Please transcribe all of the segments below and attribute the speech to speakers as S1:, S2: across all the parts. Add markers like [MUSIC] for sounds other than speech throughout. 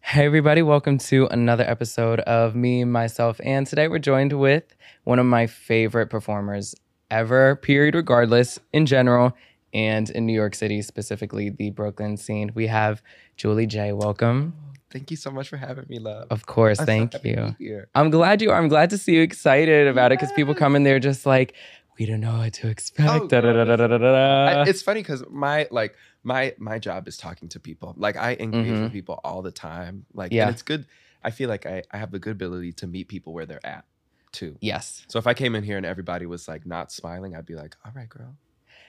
S1: Hey, everybody, welcome to another episode of Me, Myself, and today we're joined with one of my favorite performers ever, period, regardless, in general, and in New York City, specifically the Brooklyn scene. We have Julie J. Welcome.
S2: Thank you so much for having me, love.
S1: Of course,
S2: I'm so
S1: thank
S2: happy to
S1: you.
S2: be here.
S1: I'm glad you are. I'm glad to see you excited about it because people come in there just like, we don't know what to expect.
S2: Oh,
S1: da, da, da, da, da, da, da.
S2: I, it's funny because my like my my job is talking to people. Like I engage
S1: Mhm.
S2: with people all the time. Like
S1: Yeah.
S2: and it's good. I feel like I, I have the good ability to meet people where they're at too.
S1: yes.
S2: So if I came in here and everybody was like not smiling, I'd be like, all right, girl,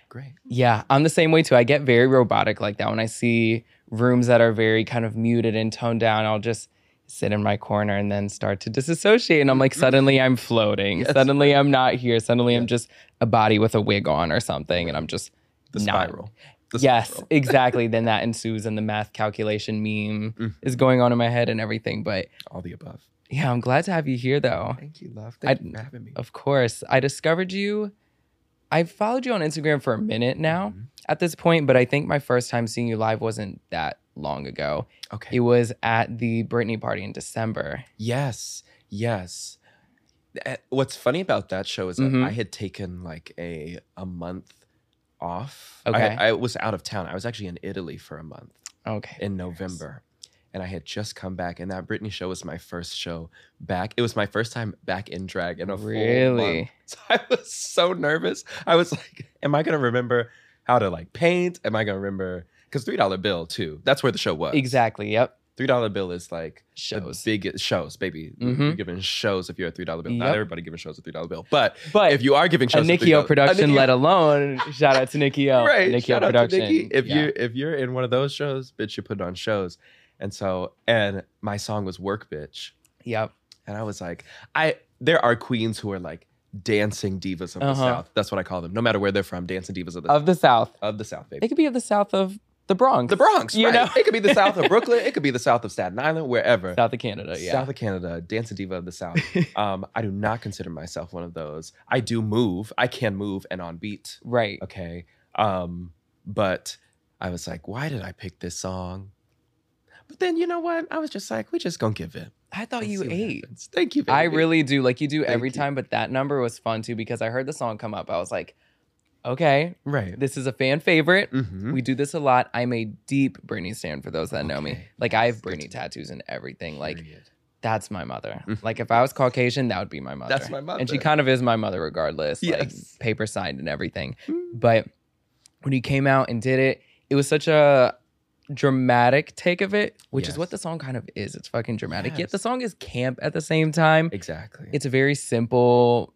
S2: great.
S1: Yeah, I'm the same way too. I get very robotic like that when I see rooms that are very kind of muted and toned down. I'll just sit in my corner and then start to disassociate. And I'm like, suddenly I'm floating.
S2: Mm-hmm. Yes.
S1: Suddenly I'm not here. Suddenly I'm
S2: Yes.
S1: just a body with a wig on or something. And I'm just,
S2: The
S1: Not-
S2: spiral. The
S1: yes,
S2: [LAUGHS] spiral.
S1: exactly. then that ensues and the math calculation meme
S2: Mm.
S1: is going on in my head and everything. But
S2: All the above.
S1: yeah, I'm glad to have you here though.
S2: Thank you, love.
S1: I-
S2: Thank you for having me.
S1: Of course, I discovered you. I followed you on Instagram for a minute now.
S2: Mhm.
S1: at this point, but I think my first time seeing you live wasn't that long ago.
S2: Okay.
S1: It was at the Britney party in December.
S2: Yes, yes. Uh, What's funny about that show is
S1: Mhm.
S2: that I had taken like a a month off.
S1: Okay.
S2: I, I was out of town. I was actually in Italy for a month
S1: Okay.
S2: in November, and I had just come back. And that Britney show was my first show back. It was my first time back in drag in a full month. [LAUGHS]
S1: Really?
S2: So I was so nervous. I was like, "Am I gonna remember how to like paint? Am I gonna remember?" Because three dollar bill too. That's where the show was.
S1: Exactly. Yep.
S2: Three dollar bill is like
S1: Shows.
S2: the biggest shows, baby.
S1: Mhm.
S2: You're giving shows if you're a three dollar bill.
S1: Yep.
S2: Not everybody giving shows a three dollar bill, but
S1: but
S2: if you are giving
S1: a
S2: shows, at $3,
S1: Nikio production,
S2: Nikio-
S1: let alone shout out to Nikio.
S2: [LAUGHS] right?
S1: Nikio
S2: shout out to
S1: production.
S2: Nikki. If
S1: Yeah.
S2: you if you're in one of those shows, bitch, you put on shows, and so and my song was work, bitch,
S1: Yep.
S2: and I was like, I there are queens who are like dancing divas of the
S1: Uh-huh.
S2: south. That's what I call them, no matter where they're from. Dancing divas of the
S1: Of the South.
S2: of the south, baby.
S1: It could be of the South of the Bronx.
S2: the Bronx,
S1: You
S2: right? [LAUGHS]
S1: know?
S2: It could be the south
S1: [LAUGHS]
S2: of Brooklyn. It could be the south of Staten Island, wherever.
S1: South of Canada. Uh, Yeah.
S2: South of Canada, dance a diva of
S1: [LAUGHS]
S2: the South. um, I do not consider myself one of those. I do move. I can move and on beat.
S1: Right.
S2: Okay. Um, but I was like, why did I pick this song? But then you know what? I was just like, we just gonna give it.
S1: I thought
S2: and
S1: Oh, you
S2: see what
S1: ate.
S2: happens. Thank you. Baby.
S1: I really do. Like you do
S2: Thank
S1: every
S2: you.
S1: time, but that number was fun too because I heard the song come up. I was like, okay,
S2: right.
S1: this is a fan favorite.
S2: Mhm.
S1: We do this a lot. I'm a deep Britney stan for those that know me.
S2: Okay.
S1: Like I have
S2: That's good
S1: Britney
S2: to know.
S1: tattoos and everything. Like
S2: Period.
S1: that's my mother.
S2: Mhm.
S1: Like if I was Caucasian, that would be my mother.
S2: That's my mother.
S1: And she kind of is my mother regardless. Like
S2: Yes.
S1: paper signed and everything.
S2: Mm.
S1: But when you came out and did it, it was such a dramatic take of it, which is
S2: Yes.
S1: what the song kind of is. It's fucking dramatic. Yet
S2: Yes.
S1: the song is camp at the same time.
S2: exactly.
S1: It's a very simple.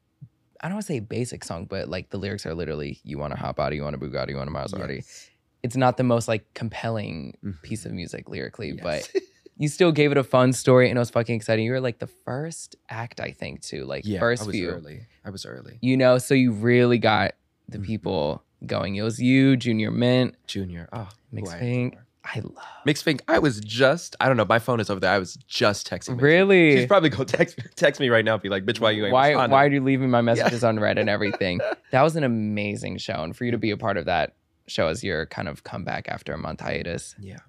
S1: I don't want to say basic song, but like the lyrics are literally "You want a hot body, you want a Bugatti, you want a Maserati."
S2: Yes.
S1: it's not the most like compelling
S2: Mhm.
S1: piece of music lyrically,
S2: Yes.
S1: but you still gave it a fun story and it was fucking exciting. You were like the first act, I think, too. Like
S2: yeah, I
S1: first
S2: was
S1: few.
S2: early. I was early.
S1: You know, so you really got the
S2: Mhm.
S1: people going. It was you, Junior Mint,
S2: Junior. Oh, who
S1: Mixed
S2: I
S1: Pink.
S2: adore.
S1: I love
S2: Mixed Pink, I was just, I don't know, my phone is over there. I was just texting. Mixed Pink.
S1: Really?
S2: She's probably gonna [LAUGHS] text text me right now and be like, bitch, why you ain't
S1: why
S2: responding?
S1: why are you leaving my
S2: [LAUGHS] Yeah.
S1: messages unread and
S2: [LAUGHS]
S1: everything? that was an amazing show. And for you to be a part of that show as your kind of comeback after a month hiatus,
S2: Yeah.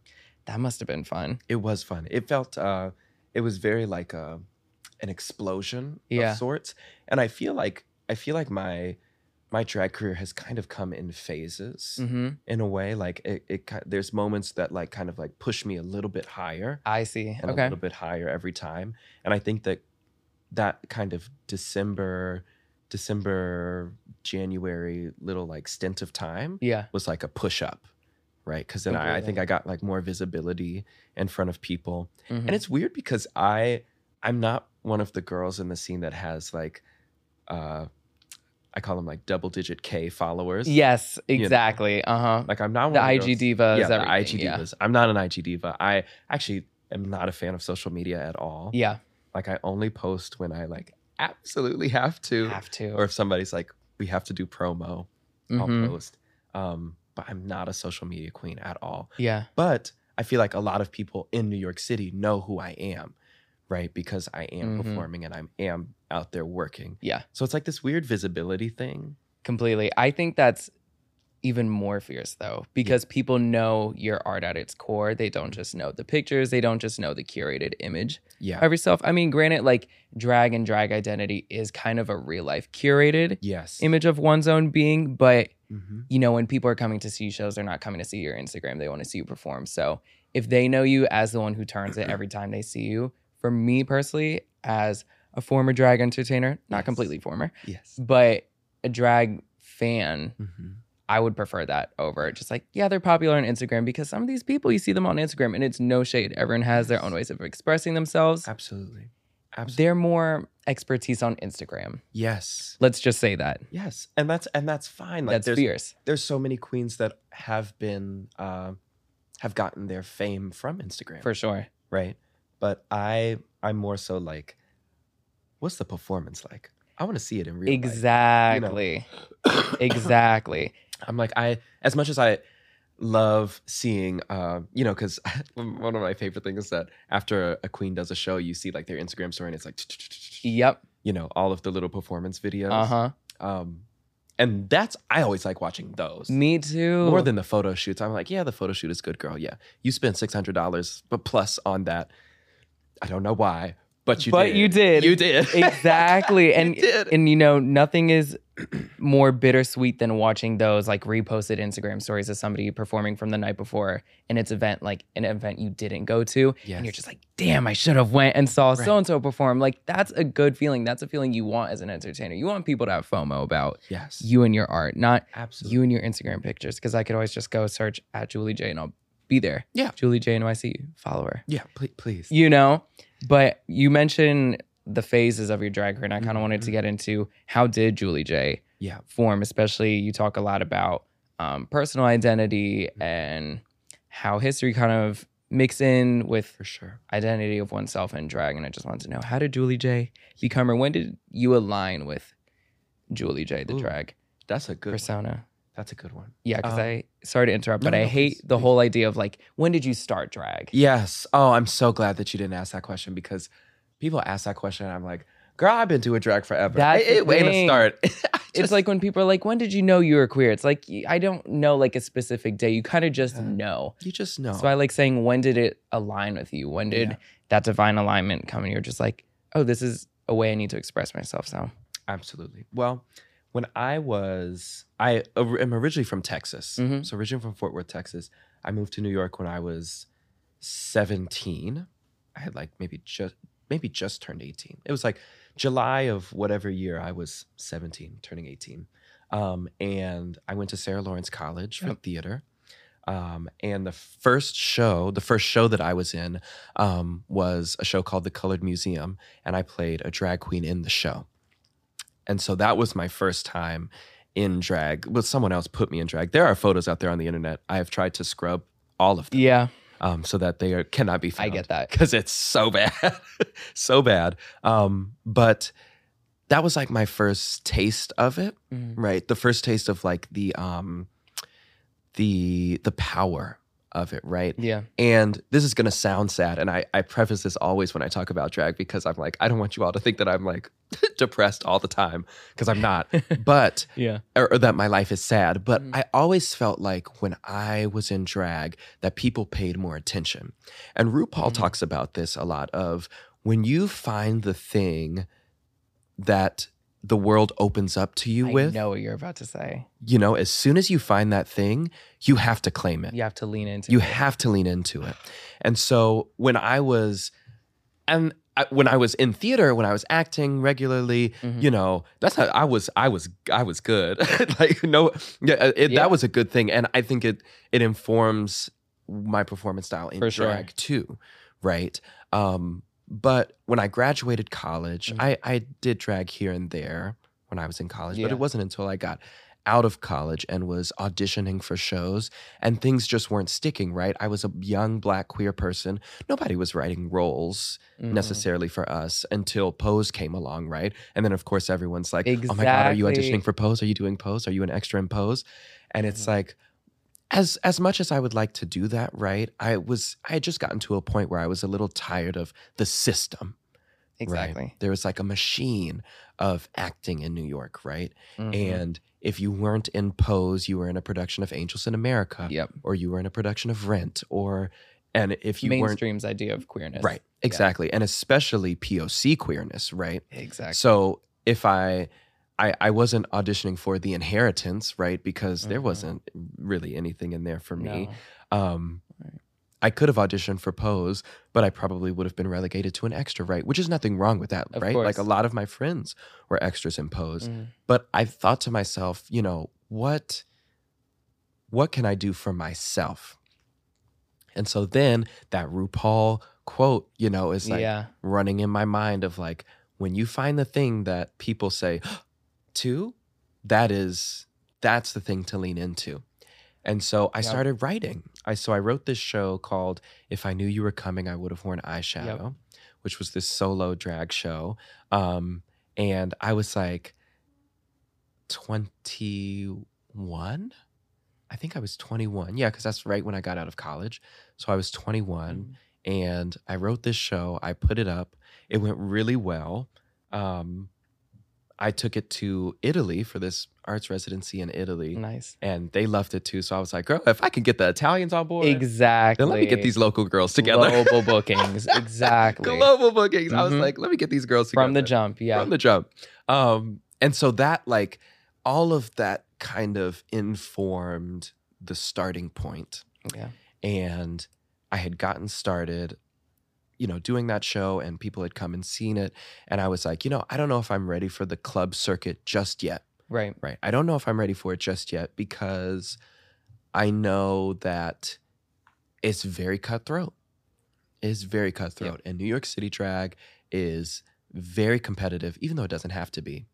S1: that must have been fun.
S2: It was fun. It felt uh it was very like uh an explosion
S1: Yeah.
S2: of sorts. And I feel like I feel like my my drag career has kind of come in phases
S1: hmm
S2: in a way. Like it, it ki- there's moments that like kind of like push me a little bit higher
S1: I see.
S2: and a
S1: okay.
S2: little bit higher every time. And I think that that kind of December December January little like stint of time
S1: Yeah.
S2: was like a push up, right? Because then I, I think I got like more visibility in front of people.
S1: Mhm.
S2: And it's weird because I I'm not one of the girls in the scene that has like uh I call them like double digit K followers.
S1: Yes,
S2: know.
S1: exactly. Uh huh.
S2: Like I'm not
S1: The
S2: one of
S1: IG
S2: those-
S1: diva is
S2: Yeah, the IG
S1: everything.
S2: divas. I'm not an IG diva. I actually am not a fan of social media at all.
S1: Yeah.
S2: Like I only post when I like absolutely have
S1: yeah,
S2: to.
S1: have to.
S2: Or if somebody's like, we have to do promo,
S1: Mhm.
S2: I'll post. Um, but I'm not a social media queen at all.
S1: Yeah,
S2: But I feel like a lot of people in New York City know who I am, right? Because I am
S1: Mhm.
S2: performing and I am out there working.
S1: Yeah.
S2: So it's like this weird visibility thing.
S1: completely. I think that's even more fierce though because people know your art at its core they don't just know the pictures they don't just know the curated image
S2: Yeah.
S1: of yourself i mean granted like drag and drag identity is kind of a real life curated
S2: yes.
S1: image of one's own being but
S2: Mhm.
S1: you know when people are coming to see shows they're not coming to see your instagram they want to see you perform so if they know you as the one who turns it every time they see you for me personally as a former drag entertainer not
S2: Yes.
S1: completely former
S2: Yes.
S1: but a drag fan
S2: Mhm.
S1: I would prefer that over just like, yeah, they're popular on Instagram because some of these people you see them on Instagram and it's no shade. Everyone has their own ways of expressing themselves.
S2: Absolutely. Absolutely.
S1: They're more expertise on Instagram.
S2: Yes.
S1: Let's just say that.
S2: Yes. And that's and that's fine. Like
S1: That's
S2: there's
S1: fierce.
S2: there's so many queens that have been uh, have gotten their fame from Instagram.
S1: For sure.
S2: right? But I I'm more so like, what's the performance like? I want to see it in real
S1: Exactly.
S2: life.
S1: Exactly.
S2: I'm like I as much as I love seeing um you know because [LAUGHS] one of my favorite things is that after a, a queen does a show you see like their instagram story and it's like
S1: Yep.
S2: you know all of the little performance videos
S1: Uh huh.
S2: um and that's i always like watching those
S1: Me too.
S2: more than the photo shoots. I'm like, yeah, the photo shoot is good, girl. Yeah, you spent six hundred dollars, but plus on that, I don't know why, but you
S1: But
S2: did.
S1: you did.
S2: you did [LAUGHS]
S1: exactly.
S2: You
S1: And
S2: did.
S1: and you know, nothing is [CLEARS THROAT] more bittersweet than watching those like reposted Instagram stories of somebody performing from the night before in its event, like an event you didn't go to.
S2: Yes.
S1: And you're just like, damn, I should have went and saw
S2: Right.
S1: so and so perform. Like that's a good feeling. That's a feeling you want as an entertainer. You want people to have FOMO about
S2: yes,
S1: you and your art, not
S2: absolutely.
S1: you and your Instagram pictures. Cause I could always just go search at Julie J and I'll be there.
S2: Yeah.
S1: Julie J NYC, follow her
S2: yeah, please, please.
S1: you know but you mentioned the phases of your drag career and i kind of wanted to
S2: Mhm.
S1: get into how did julie j
S2: Yeah.
S1: form especially you talk a lot about um, personal identity
S2: Mm-hmm.
S1: and how history kind of mix in with
S2: for sure.
S1: identity of oneself and drag and i just wanted to know how did julie j become or when did you align with julie j the
S2: Ooh,
S1: drag
S2: That's a good. One.
S1: persona
S2: That's a good one.
S1: yeah because
S2: Um,
S1: i sorry to interrupt
S2: no,
S1: but
S2: no,
S1: i
S2: no,
S1: hate
S2: please,
S1: the
S2: please.
S1: whole idea of like when did you start drag
S2: Yes. Oh, I'm so glad that you didn't ask that question because people ask that question, and I'm like, girl, I've been doing drag forever.
S1: That's
S2: it, it
S1: the
S2: ain't a
S1: thing.
S2: start. [LAUGHS] I
S1: it's
S2: just-
S1: like when people are like, "When did you know you were queer?" It's like y- I don't know like a specific day. You kind of just
S2: Yeah.
S1: know.
S2: you just know.
S1: So I like saying, "When did it align with you? When did
S2: Yeah.
S1: that divine alignment come?" And you're just like, "Oh, this is a way I need to express myself." So
S2: Absolutely. Well, when I was, I or- am originally from Texas.
S1: Mhm.
S2: So originally from Fort Worth, Texas. I moved to New York when I was 17. I had like maybe just maybe just turned 18. It was like July of whatever year I was 17, turning 18. Um, and I went to Sarah Lawrence College for
S1: Yep.
S2: theater. Um, and the first show, the first show that I was in um, was a show called The Colored Museum, and I played a drag queen in the show. And so that was my first time in drag. Well, someone else put me in drag. There are photos out there on the internet. I have tried to scrub all of them
S1: yeah,
S2: um, so that they are, cannot be
S1: I
S2: found
S1: get that.
S2: because it's so bad, [LAUGHS] so bad. Um, but that was like my first taste of it,
S1: Mhm.
S2: right? The first taste of like the um, the the power of it, right?
S1: Yeah,
S2: And this is gonna sound sad, and I, I preface this always when I talk about drag because I'm like I don't want you all to think that I'm like [LAUGHS] depressed all the time because I'm not, but
S1: yeah,
S2: or, or that my life is sad. But
S1: Mhm.
S2: I always felt like when I was in drag that people paid more attention, and RuPaul
S1: Mhm.
S2: talks about this a lot of when you find the thing that the world opens up to you
S1: I
S2: with,
S1: know what you're about to say.
S2: you know, as soon as you find that thing, you have to claim it.
S1: You have to lean into.
S2: You
S1: it.
S2: have to lean into it. And so when I was, and I, when I was in theater, when I was acting regularly,
S1: Mhm.
S2: you know, that's how I was. I was. I was good. [LAUGHS] like no, yeah, uh, it,
S1: Yeah.
S2: that was a good thing, and I think it it informs my performance style in
S1: For sure.
S2: drag too, right? Um, but when I graduated college,
S1: Mhm.
S2: I I did drag here and there when I was in college, but
S1: Yeah.
S2: it wasn't until I got out of college and was auditioning for shows and things just weren't sticking right i was a young black queer person nobody was writing roles
S1: Mhm.
S2: necessarily for us until pose came along right and then of course everyone's like oh my god are you
S1: Exactly.
S2: auditioning for pose are you doing pose are you an extra in pose and it's
S1: Mhm.
S2: like as as much as i would like to do that right i was i had just gotten to a point where i was a little tired of the system right?
S1: Exactly.
S2: there was like a machine of acting in new york right
S1: Mhm.
S2: and if you weren't in Pose, you were in a production of Angels in America,
S1: Yep.
S2: or you were in a production of Rent, or and if you weren't
S1: Mainstream's idea of queerness.
S2: right, exactly, and especially POC queerness, right?
S1: Exactly.
S2: So if I, I I wasn't auditioning for The Inheritance, right? Because there
S1: Mhm.
S2: wasn't really anything in there for me.
S1: No.
S2: Um,
S1: Right.
S2: I could have auditioned for Pose, but I probably would have been relegated to an extra, right? Which is nothing wrong with that,
S1: Of
S2: right? Like a
S1: course.
S2: lot of my friends were extras in Pose,
S1: Mm.
S2: but I thought to myself, you know, what what can I do for myself? And so then that RuPaul quote, you know, is like
S1: yeah.
S2: running in my mind of like when you find the thing that people say [GASPS] to that is that's the thing to lean into and so i
S1: Yep.
S2: started writing i so i wrote this show called if i knew you were coming i would have worn eyeshadow which was this solo drag show um and i was like 21 i think i was 21 yeah because that's right when i got out of college so i was 21 and I wrote this show. I put it up. It went really well. Um, I took it to Italy for this arts residency in Italy,
S1: Nice.
S2: and they loved it too. So I was like, girl, if I can get the Italians on board,
S1: Exactly.
S2: then let me get these local girls together. [LAUGHS]
S1: Global bookings. Exactly.
S2: Global bookings. I was
S1: Mhm.
S2: like, let me get these girls together
S1: From the jump. Yeah.
S2: from the jump. Um, and so that like all of that kind of informed the starting point
S1: yeah.
S2: and I had gotten started, you know, doing that show, and people had come and seen it. And I was like, you know, I don't know if I'm ready for the club circuit just yet,
S1: Right.
S2: right? I don't know if I'm ready for it just yet because I know that it's very cutthroat. It's very cutthroat. And New York City drag is very competitive, even though it doesn't have to be.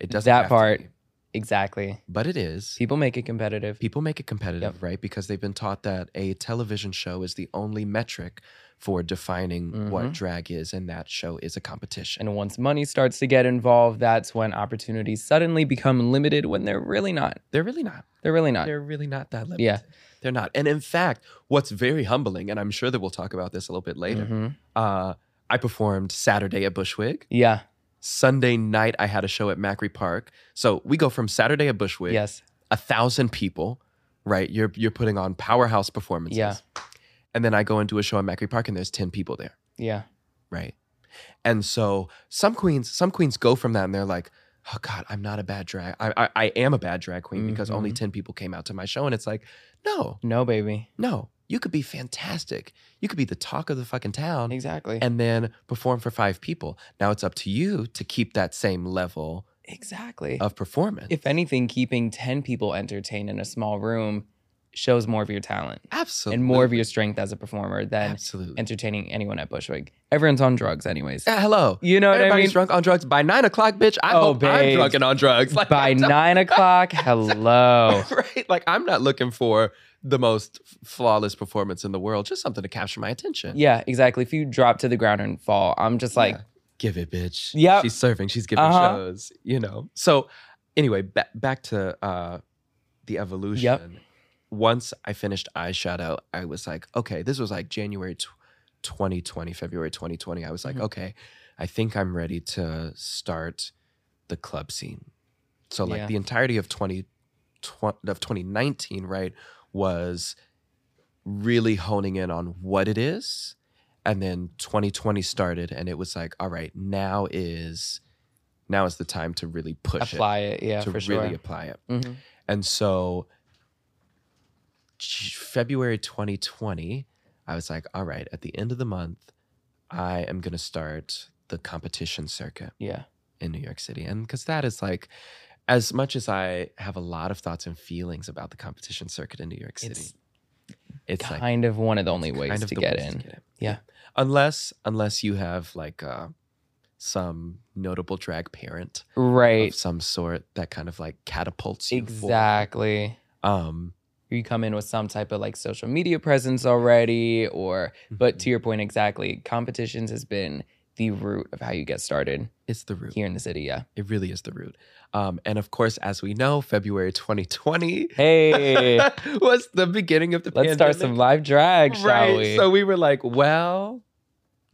S2: It doesn't
S1: That
S2: have to
S1: part.
S2: be,
S1: Exactly.
S2: but it is
S1: People make it competitive.
S2: people make it competitive right because they've been taught that a television show is the only metric for defining what
S1: Mhm.
S2: drag is and that show is a competition
S1: And once money starts to get involved, that's when opportunities suddenly become limited when they're really not.
S2: they're really not
S1: They're really not.
S2: they're really not that limited
S1: Yeah.
S2: they're not and in fact what's very humbling and i'm sure that we'll talk about this a little bit later
S1: Mhm.
S2: uh, i performed saturday at bushwick
S1: Yeah.
S2: sunday night i had a show at macri park so we go from saturday at bushwick
S1: Yes.
S2: a thousand people, right? You're you're putting on powerhouse performances.
S1: Yeah.
S2: And then I go into a show in Macri Park and there's 10 people there,
S1: Yeah.
S2: right? And so some queens, some queens go from that and they're like, oh God, I'm not a bad drag. I I, I am a bad drag queen because only
S1: Mhm.
S2: 10 people came out to my show. And it's like, no,
S1: No, baby.
S2: no, you could be fantastic. You could be the talk of the fucking town
S1: Exactly.
S2: and then perform for five people. Now it's up to you to keep that same level
S1: exactly.
S2: of performance.
S1: if anything, keeping 10 people entertained in a small room shows more of your talent
S2: absolutely
S1: and more of your strength as a performer than
S2: absolutely.
S1: entertaining anyone at Bushwick. Everyone's on drugs, anyways.
S2: Yeah, hello.
S1: You know what I
S2: Everybody's
S1: mean?
S2: drunk on drugs by nine o'clock, bitch. I
S1: Oh,
S2: hope I'm
S1: babes.
S2: drunk and on drugs. [LAUGHS] Like,
S1: By
S2: I'm not-
S1: nine o'clock,
S2: [LAUGHS]
S1: hello.
S2: right? Like I'm not looking for the most flawless performance in the world. Just something to capture my attention.
S1: Yeah, exactly. If you drop to the ground and fall, I'm just like,
S2: Yeah. give it, bitch.
S1: Yep.
S2: she's serving. She's giving
S1: Uh-huh.
S2: shows. You know. So anyway, ba- back to uh, the evolution. Once I finished eyeshadow, I was like, okay, this was like January tw- 2020, February 2020. I was like,
S1: Mhm.
S2: okay, I think I'm ready to start the club scene. So like
S1: Yeah.
S2: the entirety of 20 tw- of 2019, right, was really honing in on what it is. And then 2020 started and it was like, all right, now is now is the time to really push
S1: apply it. Yeah,
S2: it, to
S1: for
S2: really
S1: sure.
S2: apply it.
S1: Mhm.
S2: And so j- February 2020, I was like, all right, at the end of the month, I am going to start the competition circuit
S1: Yeah.
S2: in New York City. And because that is like, as much as I have a lot of thoughts and feelings about the competition circuit in New York City,
S1: It's
S2: it's, like
S1: kind of one of the only
S2: it's
S1: ways
S2: kind of
S1: to
S2: the
S1: get
S2: ways
S1: in. Yeah.
S2: Unless unless you have like uh, some notable drag parent
S1: Right.
S2: of some sort that kind of like catapults you. forward.
S1: Exactly.
S2: Um,
S1: You come in with some type of like social media presence already, or, but to your point, exactly, competitions has been the root of how you get started
S2: it's the root.
S1: here in the city. Yeah.
S2: It really is the root. Um, and of course, as we know, February 2020
S1: [LAUGHS] [LAUGHS] Hey, let's
S2: [LAUGHS] was the beginning of the pandemic.
S1: start some live drag, shall
S2: right.
S1: we?
S2: So we were like, well,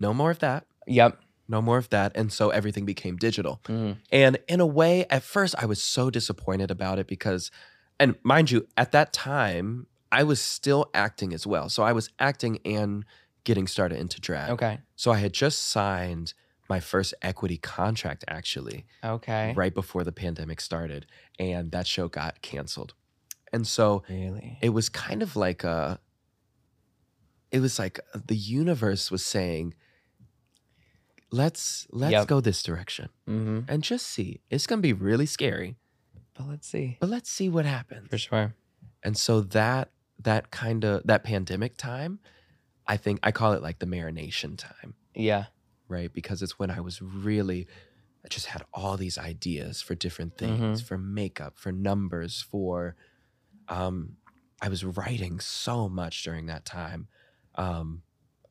S2: no more of that.
S1: yep.
S2: no more of that. And so everything became digital.
S1: Mm.
S2: And in a way, at first, I was so disappointed about it because, and mind you, at that time, I was still acting as well. So I was acting and getting started into drag.
S1: Okay.
S2: So I had just signed my first equity contract actually
S1: Okay.
S2: right before the pandemic started. And that show got canceled. And so
S1: Really.
S2: it was kind of like a, it was like uh, the universe was saying, let's let's
S1: Yep.
S2: go this direction
S1: mm-hmm.
S2: and just see. It's gonna be really scary,
S1: But let's see.
S2: but let's see what happens.
S1: For sure.
S2: And so that that kind of that pandemic time, I think I call it like the marination time,
S1: Yeah.
S2: right? Because it's when I was really I just had all these ideas for different
S1: Mm-hmm.
S2: things, for makeup, for numbers, for um I was writing so much during that time. Um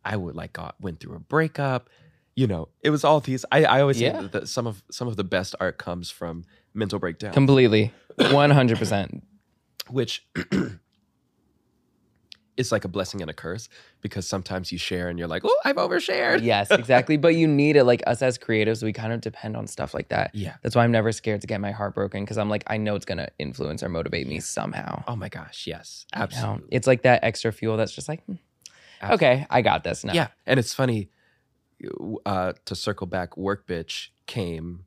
S2: I would like got went through a breakup, you know, it was all these I, I always
S1: Yeah.
S2: say that some of some of the best art comes from mental breakdown.
S1: Completely. One hundred percent.
S2: which [CLEARS THROAT] is like a blessing and a curse because sometimes you share and you're like, oh, I've overshared.
S1: Yes, exactly. But you need it. Like us as creatives, we kind of depend on stuff like that.
S2: Yeah.
S1: That's why I'm never scared to get my heart broken because I'm like, I know it's gonna influence or motivate me somehow.
S2: Oh my gosh. Yes.
S1: You know?
S2: Absolutely.
S1: It's like that extra fuel that's just like, "Hmm,
S2: Absolutely.
S1: okay, I got this now.
S2: Yeah. And it's funny uh, to circle back, Work Bitch came.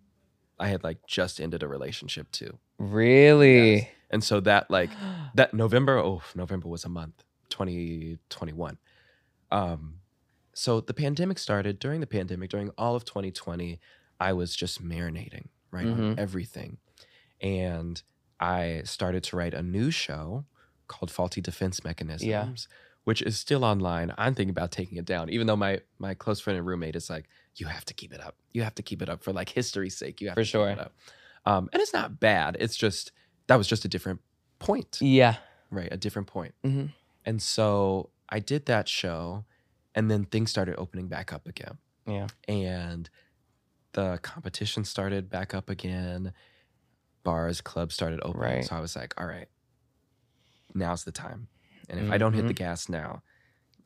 S2: I had like just ended a relationship too.
S1: Really?
S2: Yes. And so that, like, that November, oh, November was a month, 2021. Um, so the pandemic started. During the pandemic, during all of 2020, I was just marinating, right, on
S1: Mhm.
S2: everything. And I started to write a new show called Faulty Defense Mechanisms, which is still online. I'm thinking about taking it down, even though my my close friend and roommate is like, you have to keep it up. You have to keep it up for like history's sake. You have
S1: For
S2: to keep
S1: sure.
S2: it up. Um, and it's not bad. It's just that was just a different point
S1: yeah.
S2: right a different point
S1: Mhm.
S2: and so i did that show and then things started opening back up again
S1: Yeah.
S2: and the competition started back up again bars clubs started opening
S1: Right.
S2: so i was like all right now's the time and if i don't hit the
S1: Mm-hmm.
S2: gas now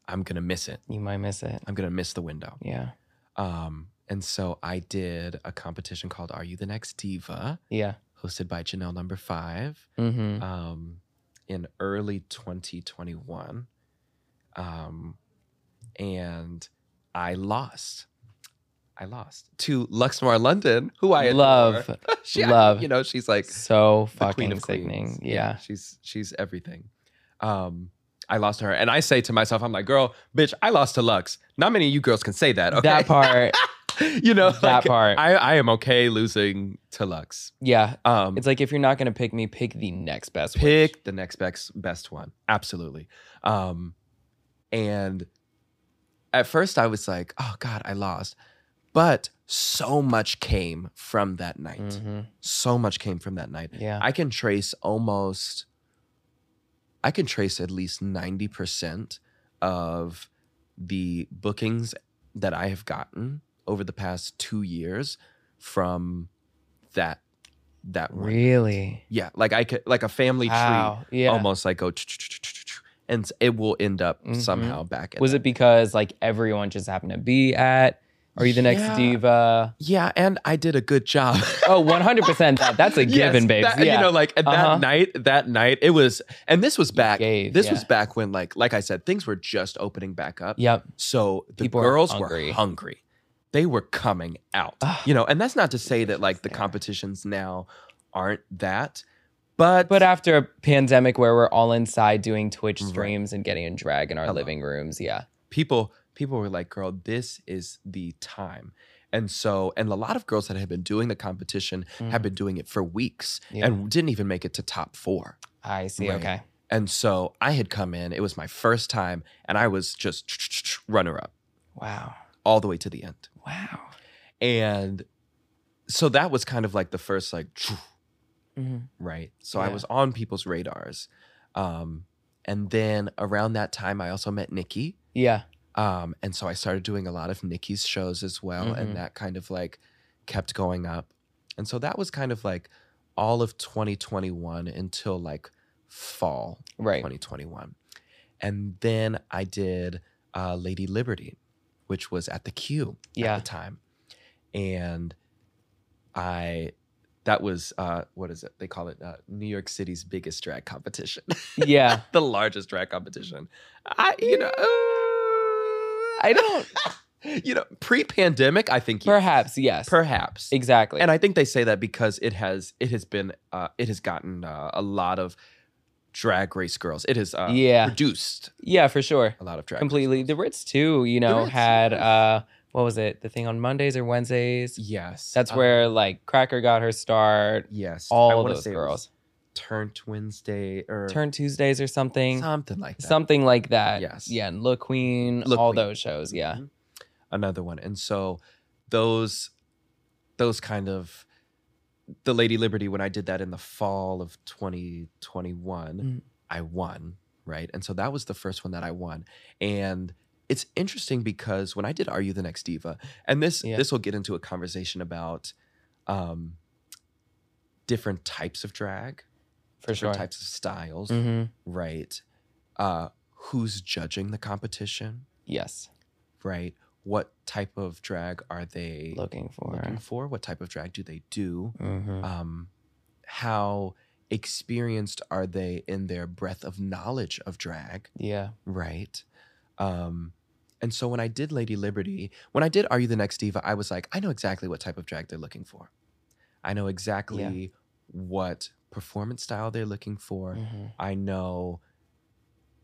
S2: i'm gonna miss it
S1: You might miss it.
S2: i'm gonna miss the window
S1: Yeah.
S2: um and so i did a competition called are you the next diva
S1: Yeah.
S2: hosted by janelle number five
S1: Mm-hmm.
S2: um, in early 2021. Um, and I lost. I lost to Luxmore London, who I adore.
S1: Love.
S2: [LAUGHS] She- I-
S1: love.
S2: You know, she's
S1: [LAUGHS]
S2: like
S1: So
S2: the
S1: fucking
S2: queen of
S1: sickening.
S2: queens.
S1: Yeah.
S2: she's she's everything. Um, I lost to her, and I say to myself, I'm like, girl, bitch, I lost to Lux. Not many of you girls can say that. Okay,
S1: That
S2: [LAUGHS]
S1: part.
S2: you know,
S1: that
S2: like,
S1: part.
S2: I, I am okay losing to Lux.
S1: yeah.
S2: Um,
S1: It's like if you're not gonna pick me, pick the next best. witch.
S2: pick the next best best one absolutely um and at first i was like oh god i lost but so much came from that night
S1: Mhm.
S2: so much came from that night
S1: Yeah.
S2: i can trace almost i can trace at least 90% of the bookings that i have gotten over the past 2 years from that that one.
S1: Really?
S2: yeah like i could like a family tree
S1: Wow. Yeah.
S2: almost like go ch-ch-ch-ch-ch-ch, and it will end up
S1: Mhm.
S2: somehow back at
S1: Was
S2: that.
S1: it because like everyone just happened to be at? Are you the next
S2: Yeah.
S1: diva?
S2: yeah and i did a good job
S1: [LAUGHS] Oh, 100% that. That's a
S2: [LAUGHS] Yes,
S1: given, babes.
S2: that-
S1: yeah.
S2: you know like at
S1: Uh-huh.
S2: that night that night it was and this was back
S1: gave,
S2: this
S1: yeah.
S2: was back when like like i said things were just opening back up [SIGHS]
S1: yep.
S2: so the
S1: People were
S2: girls were
S1: hungry.
S2: hungry. they were coming out
S1: Ugh.
S2: you know and that's not to say that like the
S1: There.
S2: competitions now aren't that but
S1: But after a pandemic where we're all inside doing Twitch
S2: Right.
S1: streams and getting in drag in our
S2: Hello.
S1: living rooms, yeah.
S2: people people were like girl this is the time and so and a lot of girls that had been doing the competition had been doing it for weeks
S1: Mm. Yeah.
S2: and didn't even make it to top four
S1: I see.
S2: Right.
S1: Okay.
S2: and so i had come in it was my first time and i was just runner up
S1: Wow.
S2: all the way to the end
S1: Wow.
S2: and so that was kind of like the first like Mm-hmm.
S1: Mhm.
S2: right? So I
S1: Yeah.
S2: was on people's radars. Um, and then around that time, I also met Nikki.
S1: Yeah.
S2: Um, and so I started doing a lot of Nikki's shows as well.
S1: Mhm.
S2: And that kind of like kept going up. And so that was kind of like all of 2021 until like fall
S1: Right.
S2: 2021. And then I did uh, Lady Liberty, which was at the Q at
S1: Yeah.
S2: the time. and I that was uh, what is it? They call it uh, New York City's biggest drag competition,
S1: [LAUGHS]
S2: [LAUGHS]
S1: Yeah.
S2: the largest drag competition. I you know uh,
S1: I don't.
S2: [LAUGHS] you know pre-pandemic I think yes.
S1: Perhaps, yes.
S2: perhaps
S1: exactly.
S2: and I think they say that because it has it has been uh, it has gotten uh, a lot of drag race girls. It has uh,
S1: Yeah.
S2: reduced
S1: yeah, for sure.
S2: a lot of drag race
S1: Completely. The
S2: girls.
S1: Ritz, too, you know,
S2: Ritz,
S1: had,
S2: yes.
S1: uh, what was it? The thing on Mondays or Wednesdays?
S2: yes,
S1: That's
S2: uh,
S1: where, like, Cracker got her start.
S2: yes
S1: all
S2: wanna
S1: those
S2: say it
S1: girls.
S2: was Turn Wednesday or
S1: Turn Tuesdays or something.
S2: something like that.
S1: Something like that.
S2: Yes.
S1: Yeah. And Look Queen,
S2: Look
S1: all
S2: Queen.
S1: those shows. Yeah.
S2: Mhm. another one, and so those those kind of the Lady Liberty when I did that in the fall of 2021,
S1: Mhm.
S2: I won, right? And so that was the first one that I won. And it's interesting because when I did Are You the Next Diva, and this
S1: Yeah.
S2: this will get into a conversation about um different types of drag,
S1: For sure.
S2: different types of styles,
S1: hmm
S2: right? Uh who's judging the competition,
S1: Yes.
S2: right? What type of drag are they
S1: Looking for.
S2: looking for? What type of drag do they do?
S1: Mhm.
S2: um, how experienced are they in their breadth of knowledge of drag
S1: Yeah.
S2: right um, and so when i did lady liberty when i did are you the next diva i was like i know exactly what type of drag they're looking for i know exactly what performance style they're looking for
S1: Mhm.
S2: I know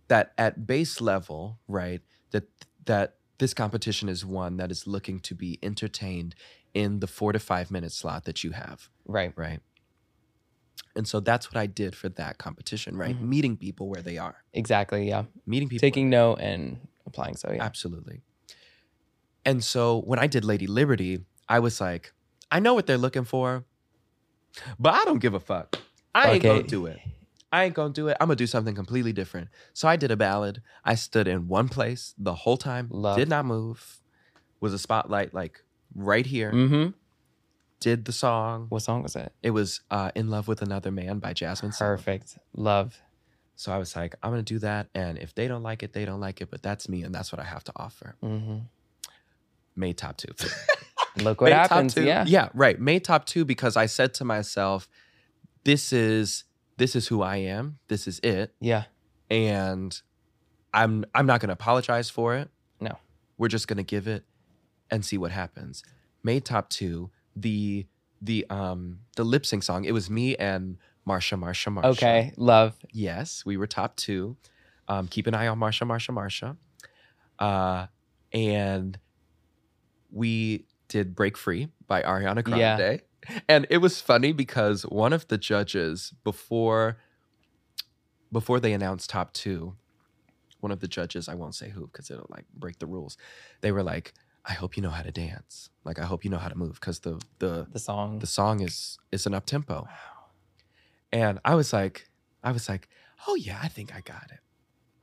S2: that at base level, right, that that this competition is one that is looking to be entertained in the 4 to 5 minute slot that you have,
S1: Right.
S2: right? And so that's what I did for that competition, right?
S1: Mhm.
S2: Meeting people where they are.
S1: Exactly. Yeah.
S2: Meeting people
S1: Taking note and applying. So, yeah.
S2: absolutely. And so when I did Lady Liberty, I was like, I know what they're looking for, but I don't give a fuck. I ain't going
S1: Okay.
S2: to do it. I ain't gonna do it. I'm gonna do something completely different. So I did a ballad. I stood in one place the whole time,
S1: Love.
S2: did not move. Was a spotlight like right here.
S1: Mm-hmm.
S2: Did the song.
S1: What song was it?
S2: It was uh, "In Love with Another Man" by Jasmine. Sullivan.
S1: Perfect. Love.
S2: So I was like, I'm gonna do that, and if they don't like it, they don't like it. But that's me, and that's what I have to offer.
S1: hmm
S2: Made top two.
S1: Look what
S2: Made
S1: happens.
S2: Top two.
S1: Yeah.
S2: yeah, right. Made top two because I said to myself, "This is this is who I am. This is it."
S1: Yeah.
S2: and I'm I'm not going to apologize for it.
S1: No.
S2: We're just going to give it and see what happens. Made top 2, the the um the lip sync song. It was me and Marsha Marsha Marsha.
S1: Okay. Love.
S2: Yes, we were top 2. Um keep an eye on Marsha Marsha Marsha. Uh and we did Break Free by Ariana Grande.
S1: Yeah.
S2: And it was funny because one of the judges before before they announced top two, one of the judges, I won't say who because it'll like break the rules. They were like, I hope you know how to dance. Like I hope you know how to move because the the
S1: The song.
S2: the song is is an up tempo. And I was like, I was like, oh yeah, I think I got it.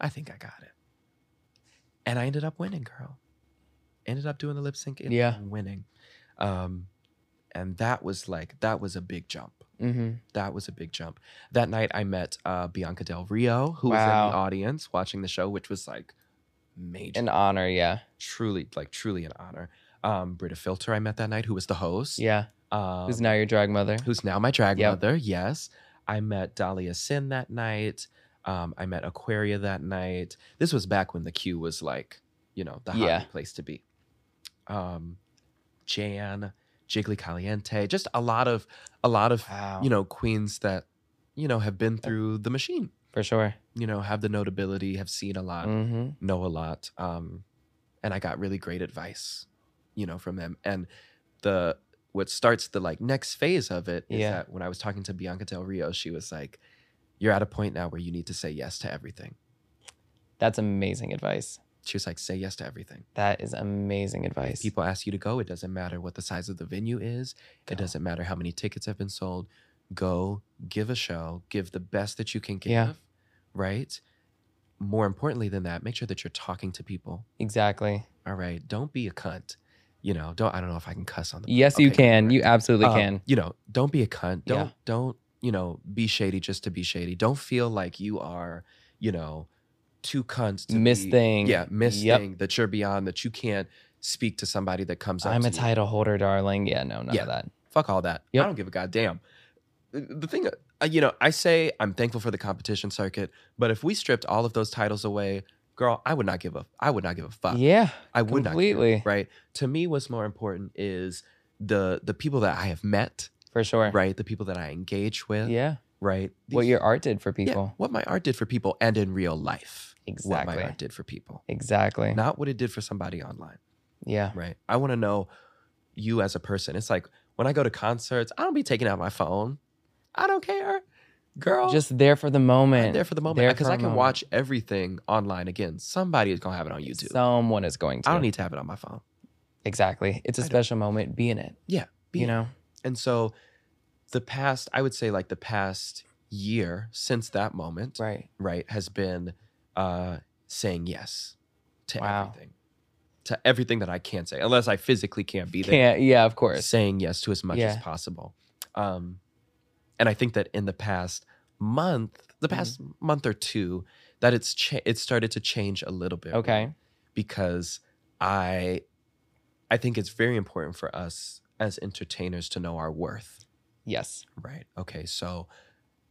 S2: I think I got it. And I ended up winning, girl. Ended up doing the lip sync and
S1: Yeah.
S2: winning. Um, and that was like that was a big jump.
S1: hmm
S2: That was a big jump. That night I met uh, Bianca Del Rio, who was in
S1: Wow.
S2: the audience watching the show, which was like major,
S1: An honor. Yeah.
S2: truly like truly an honor. Um, Britta Filter I met that night, who was the host.
S1: Yeah.
S2: Um,
S1: Who's now your drag mother?
S2: who's now my drag
S1: Yep.
S2: mother. Yes, I met Dahlia Sin that night. Um, I met Aquaria that night. This was back when the Q was like, you know, the hot
S1: Yeah.
S2: place to be. Um, Jan, Jiggly Caliente, just a lot of a lot of
S1: Wow.
S2: you know queens that you know have been through the machine.
S1: For sure.
S2: You know, have the notability, have seen a lot,
S1: hmm
S2: know a lot. Um, and I got really great advice, you know, from them. And the what starts the like next phase of it is
S1: Yeah.
S2: that when I was talking to Bianca Del Rio, she was like, You're at a point now where you need to say yes to everything.
S1: That's amazing advice.
S2: She was like, Say yes to everything.
S1: That is amazing
S2: If
S1: advice.
S2: people ask you to go, it doesn't matter what the size of the venue is,
S1: Go.
S2: it doesn't matter how many tickets have been sold. Go give a show, give the best that you can give,
S1: Yeah.
S2: right? More importantly than that, make sure that you're talking to people.
S1: Exactly.
S2: All right. Don't be a cunt. You know, don't I don't know if I can cuss on the
S1: Yes, you
S2: okay, cool,
S1: can.
S2: right.
S1: You absolutely
S2: Um,
S1: can.
S2: You know, don't be a cunt.
S1: Yeah.
S2: Don't don't, you know, be shady just to be shady. Don't feel like you are, you know, too cunts to
S1: Miss
S2: be-
S1: thing.
S2: Yeah, miss
S1: Yep.
S2: thing that you're beyond that you can't speak to somebody that comes up
S1: I'm
S2: to
S1: a
S2: you.
S1: title holder, darling. Yeah, no, none
S2: Yeah.
S1: of that.
S2: Fuck all that.
S1: Yep.
S2: I don't give a goddamn. The thing, uh, you know, I say I'm thankful for the competition circuit, but if we stripped all of those titles away, girl, I would not give a I would not give a fuck.
S1: Yeah,
S2: I would not
S1: completely.
S2: care, right? To me, what's more important is the the people that I have met,
S1: for sure.
S2: right? The people that I engage with,
S1: Yeah.
S2: right? These-
S1: What your art did for
S2: yeah,
S1: people.
S2: what my art did for people, and in real life, what my
S1: Exactly.
S2: art did for people,
S1: Exactly.
S2: not what it did for somebody online,
S1: yeah.
S2: right? I want to know you as a person. It's like when I go to concerts, I don't be taking out my phone. I don't care, girl.
S1: Just there for the moment.
S2: I'm there for the
S1: There
S2: moment because
S1: for
S2: I
S1: a
S2: can
S1: moment.
S2: watch everything online again. Somebody is gonna have it on YouTube.
S1: Someone is going to.
S2: I don't need to have it on my phone.
S1: exactly. It's a
S2: I don't-
S1: special moment. Be in it.
S2: Yeah, be
S1: you
S2: in it.
S1: know.
S2: And so the past, I would say like the past year since that moment, right,
S1: Right.
S2: has been uh saying yes to
S1: Wow.
S2: everything. To everything that I can say, unless I physically can't be there.
S1: Can't. Yeah. Of course.
S2: Saying yes to as much as
S1: Yeah.
S2: possible. Um and I think that in the past month,
S1: Mm-hmm.
S2: the past month or two, that it's cha- it started to change a little bit.
S1: Okay.
S2: because I I think it's very important for us as entertainers to know our worth.
S1: Yes.
S2: Right. Okay. So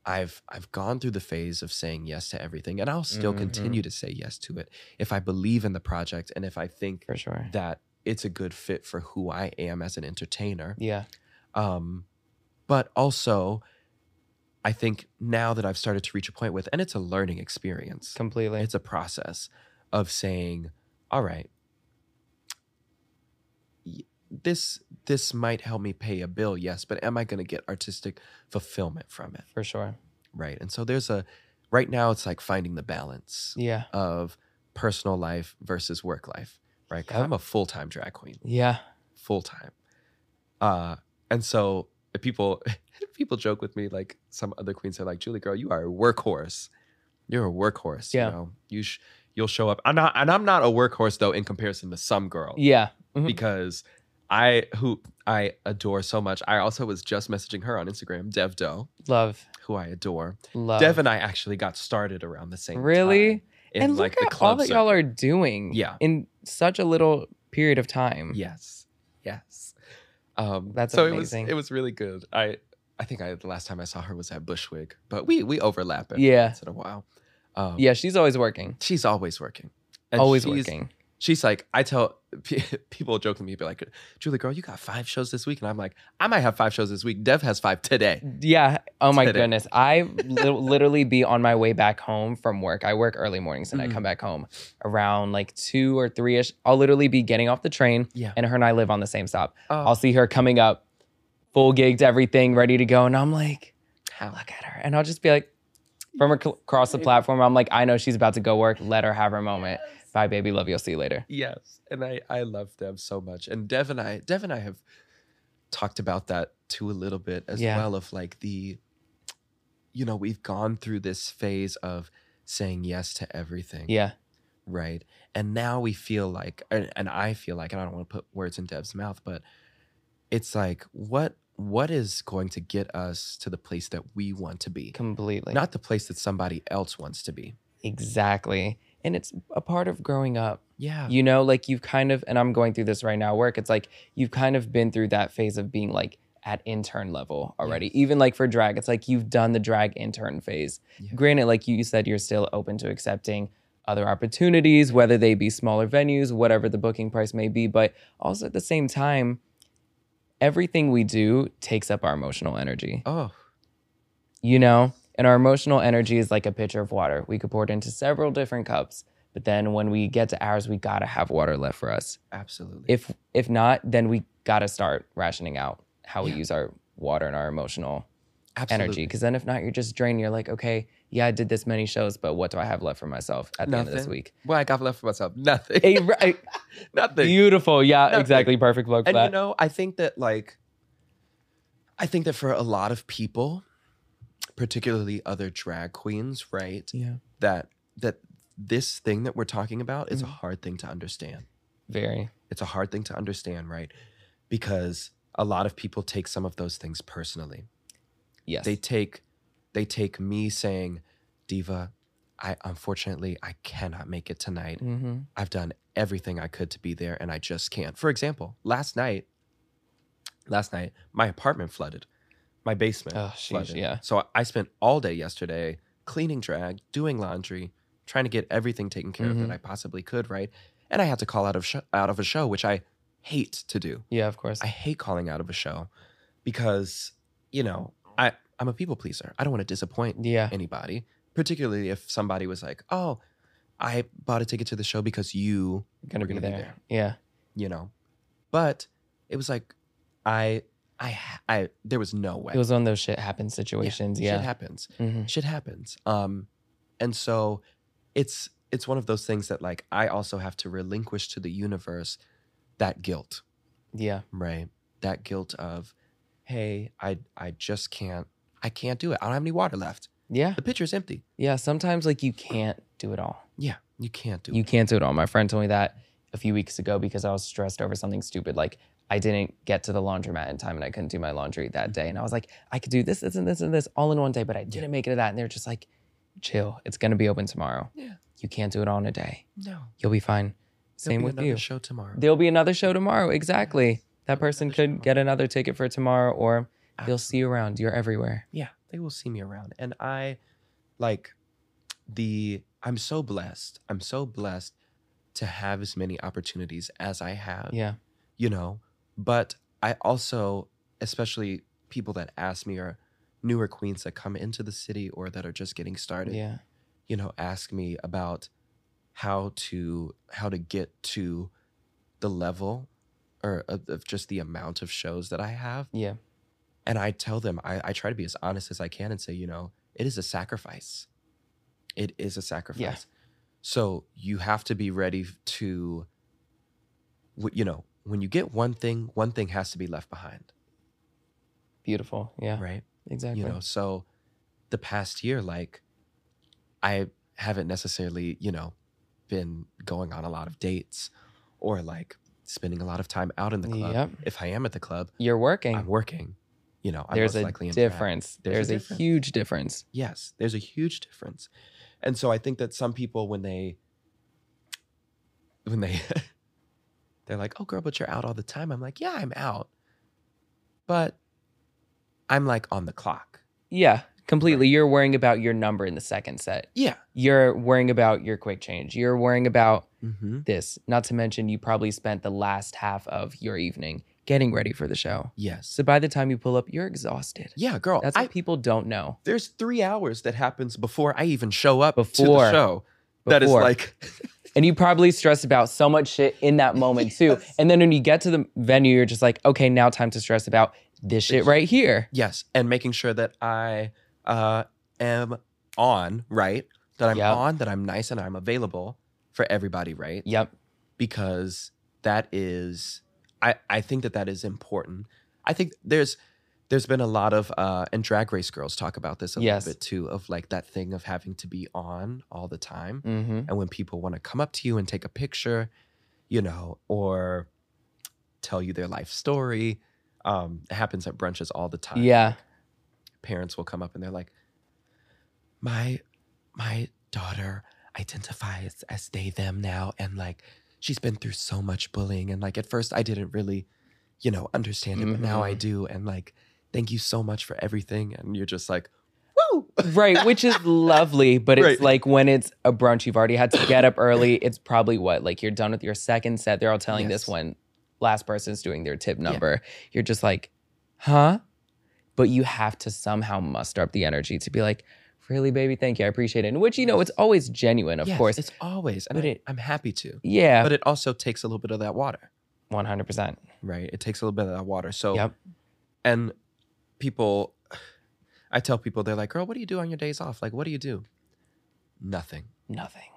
S2: I've I've gone through the phase of saying yes to everything and I'll still
S1: Mhm.
S2: continue to say yes to it if I believe in the project and if I think
S1: For sure.
S2: that it's a good fit for who I am as an entertainer.
S1: Yeah.
S2: Um but also I think now that I've started to reach a point with and it's a learning experience
S1: Completely.
S2: it's a process of saying all right y- this this might help me pay a bill yes but am i going to get artistic fulfillment from it
S1: for sure.
S2: right and so there's a right now it's like finding the balance
S1: Yeah.
S2: of personal life versus work life right 'Cause
S1: Yep.
S2: i'm a full-time drag queen
S1: Yeah.
S2: full-time uh and so if people [LAUGHS] people joke with me like some other queens are like julie girl you are a workhorse you're a workhorse
S1: Yeah.
S2: you know you sh- you'll show up i'm not and i'm not a workhorse though in comparison to some girl
S1: Yeah. [LAUGHS]
S2: because i who i adore so much i also was just messaging her on instagram dev doe
S1: Love.
S2: who i adore
S1: Love.
S2: dev and i actually got started around the same
S1: Really?
S2: time in
S1: and
S2: like
S1: look
S2: the
S1: at all
S2: club
S1: that y'all
S2: circuit.
S1: are doing.
S2: Yeah.
S1: In such a little period of time.
S2: Yes. Yes. Mm. Um,
S1: That's
S2: so
S1: amazing.
S2: It was, it was really good. I I think I the last time I saw her was at Bushwick, but we we overlap every
S1: Yeah.
S2: once in a while. Um,
S1: Yeah. She's always working.
S2: She's always working. And
S1: always
S2: she's-
S1: working.
S2: She's like, I tell [LAUGHS] pe- people joke with me, be like, Julie, girl, you got five shows this week, and I'm like, I might have five shows this week. Dev has five today.
S1: Yeah. Oh my
S2: Today.
S1: goodness. I li- literally be on my way back home from work. I work early mornings and
S2: Mhm.
S1: I come back home around like two or three ish. I'll literally be getting off the train
S2: Yeah.
S1: and her and I live on the same stop.
S2: Oh.
S1: I'll see her coming up, full gigged, everything ready to go. And I'm like,
S2: How?
S1: look at her. And I'll just be like, from ac- across the platform, I'm like, I know she's about to go work. Let her have her moment. Bye, baby. Love you. I'll see you later.
S2: Yes, and I I love Dev so much, and Dev and I Dev and I have talked about that too a little bit as
S1: Yeah.
S2: well of like the, you know, we've gone through this phase of saying yes to everything,
S1: Yeah.
S2: right, and now we feel like, and, and I feel like, and I don't want to put words in Dev's mouth, but it's like what what is going to get us to the place that we want to be,
S1: Completely.
S2: not the place that somebody else wants to be.
S1: exactly. And it's a part of growing up.
S2: Yeah,
S1: You know, like you've kind of, and I'm going through this right now at work. It's like you've kind of been through that phase of being like at intern level already.
S2: Yes.
S1: Even like for drag, it's like you've done the drag intern phase.
S2: Yeah.
S1: Granted, like you said, you're still open to accepting other opportunities, whether they be smaller venues, whatever the booking price may be. But also at the same time, everything we do takes up our emotional energy
S2: oh,
S1: you know? And our emotional energy is like a pitcher of water. We could pour it into several different cups, but then when we get to ours, we gotta have water left for us.
S2: absolutely.
S1: If if not, then we gotta start rationing out how we
S2: Yeah.
S1: use our water and our emotional
S2: absolutely.
S1: energy. Because then if not, you're just drained. You're like, okay, yeah, I did this many shows, but what do I have left for myself at the end of this
S2: Nothing.
S1: week? [LAUGHS]
S2: Well, I got left for myself. [LAUGHS] Nothing.
S1: Eh, right.
S2: Nothing.
S1: Beautiful. Yeah,
S2: Nothing.
S1: exactly. Perfect plug for
S2: and you
S1: that.
S2: know, I think that like, I think that for a lot of people, particularly other drag queens, right,
S1: yeah.
S2: that that this thing that we're talking about is a
S1: Mhm.
S2: hard thing to understand.
S1: Very.
S2: It's a hard thing to understand, right? Because a lot of people take some of those things personally.
S1: Yes.
S2: They take they take me saying, "Diva, I unfortunately I cannot make it tonight.
S1: Mm-hmm.
S2: I've done everything I could to be there and I just can't. For example, last night, last night, my apartment flooded, my basement
S1: Oh, sheesh,
S2: flooded.
S1: yeah.
S2: So I- I spent all day yesterday cleaning drag, doing laundry, trying to get everything taken care of
S1: Mhm.
S2: that I possibly could, right? And I had to call out of sh- out of a show, which I hate to do.
S1: Yeah, of course.
S2: I hate calling out of a show because, you know, I, I'm a people pleaser. I don't want to disappoint
S1: yeah.
S2: anybody, particularly if somebody was like, "Oh, I bought a ticket to the show because you,
S1: Gonna,
S2: we're
S1: be,
S2: gonna be
S1: there. Yeah.
S2: you know." But it was like, I, I, ha- I. There was no way.
S1: It was one of those shit happens situations. Yeah.
S2: Shit happens.
S1: hmm
S2: Shit happens. Um, and so, it's it's one of those things that like I also have to relinquish to the universe that guilt,
S1: Yeah.
S2: right? That guilt of, hey, I I just can't. I can't do it. I don't have any water left.
S1: Yeah.
S2: The pitcher's empty.
S1: Yeah. Sometimes like you can't do it all.
S2: Yeah, you can't do it.
S1: You can't do it all. My friend told me that a few weeks ago because I was stressed over something stupid. Like I didn't get to the laundromat in time and I couldn't do my laundry that day. And I was like, I could do this, this, and this, and this all in one day, but I didn't make it to that. And they're just like, chill. It's gonna be open tomorrow.
S2: Yeah.
S1: You can't do it all in a day.
S2: No.
S1: You'll be fine.
S2: There'll
S1: Same
S2: be
S1: with
S2: another
S1: you.
S2: Show tomorrow.
S1: There'll be another show tomorrow. Exactly. That
S2: be
S1: person
S2: another show
S1: could
S2: tomorrow.
S1: get another ticket for tomorrow, or they'll
S2: Absolutely.
S1: see you around. You're everywhere.
S2: yeah, they will see me around, and I like the. I'm so blessed. I'm so blessed to have as many opportunities as I have.
S1: Yeah.
S2: You know, but I also, especially people that ask me or newer queens that come into the city or that are just getting started.
S1: Yeah.
S2: you know ask me about how to how to get to the level or of, of just the amount of shows that i have
S1: Yeah.
S2: and i tell them I, I try to be as honest as i can and say you know it is a sacrifice it is a sacrifice so you have to be ready f- to w- you know when you get one thing one thing has to be left behind
S1: Beautiful. Yeah.
S2: right
S1: Exactly.
S2: you know so the past year like i haven't necessarily you know been going on a lot of dates or like spending a lot of time out in the club
S1: Yep.
S2: if i am at the club
S1: You're working.
S2: i'm working you know i'm
S1: There's
S2: most
S1: a
S2: likely in drag.
S1: difference.
S2: There's
S1: There's,
S2: a
S1: a,
S2: difference.
S1: huge difference.
S2: yes there's a huge difference and so i think that some people when they when they [LAUGHS] they're like oh girl but you're out all the time i'm like yeah i'm out but i'm like on the clock
S1: Yeah. Completely. You're worrying about your number in the second set.
S2: yeah
S1: You're worrying about your quick change. You're worrying about
S2: mm-hmm.
S1: this. Not to mention, you probably spent the last half of your evening getting ready for the show.
S2: yes
S1: So by the time you pull up, you're exhausted.
S2: Yeah, girl.
S1: That's what
S2: Oh, I,
S1: people don't know.
S2: there's three hours that happens before I even show up to
S1: Before.
S2: the show. That is
S1: Before.
S2: like, [LAUGHS]
S1: And you probably stressed about so much shit in that moment too.
S2: Yes.
S1: And then when you get to the venue, you're just like, okay, now time to stress about this shit right here.
S2: yes, and making sure that I uh, am on, right? That I'm
S1: Yeah.
S2: on, that I'm nice, and I'm available for everybody, right?
S1: Yep.
S2: Because that is, I I think that that is important. I think there's there's been a lot of uh, and drag race girls talk about this a
S1: Yes.
S2: little bit too of like that thing of having to be on all the time.
S1: Mm-hmm.
S2: and when people want to come up to you and take a picture you know or tell you their life story um it happens at brunches all the time
S1: Yeah.
S2: parents will come up and they're like my my daughter identifies as they them now and like she's been through so much bullying and like at first i didn't really you know understand it but now
S1: Mm-hmm.
S2: i do and like thank you so much for everything and you're just like woo
S1: Right, which is lovely, but it's
S2: Right.
S1: like when it's a brunch, you've already had to get up early. It's probably what? Like you're done with your second set. They're all telling this
S2: Yes.
S1: one last person's doing their tip number. You're just like, huh? But you have to somehow muster up the energy to be like, really, baby, thank you. I appreciate it. And which, you know, it's always genuine, of
S2: Yes,
S1: course.
S2: it's always and
S1: But
S2: I-
S1: it-
S2: i'm happy to
S1: Yeah,
S2: but it also takes a little bit of that water
S1: 100%.
S2: right? It takes a little bit of that water. So,
S1: Yep.
S2: and people, [SIGHS] I tell people, they're like, girl, what do you do on your days off? Like, what do you do? Nothing,
S1: Nothing.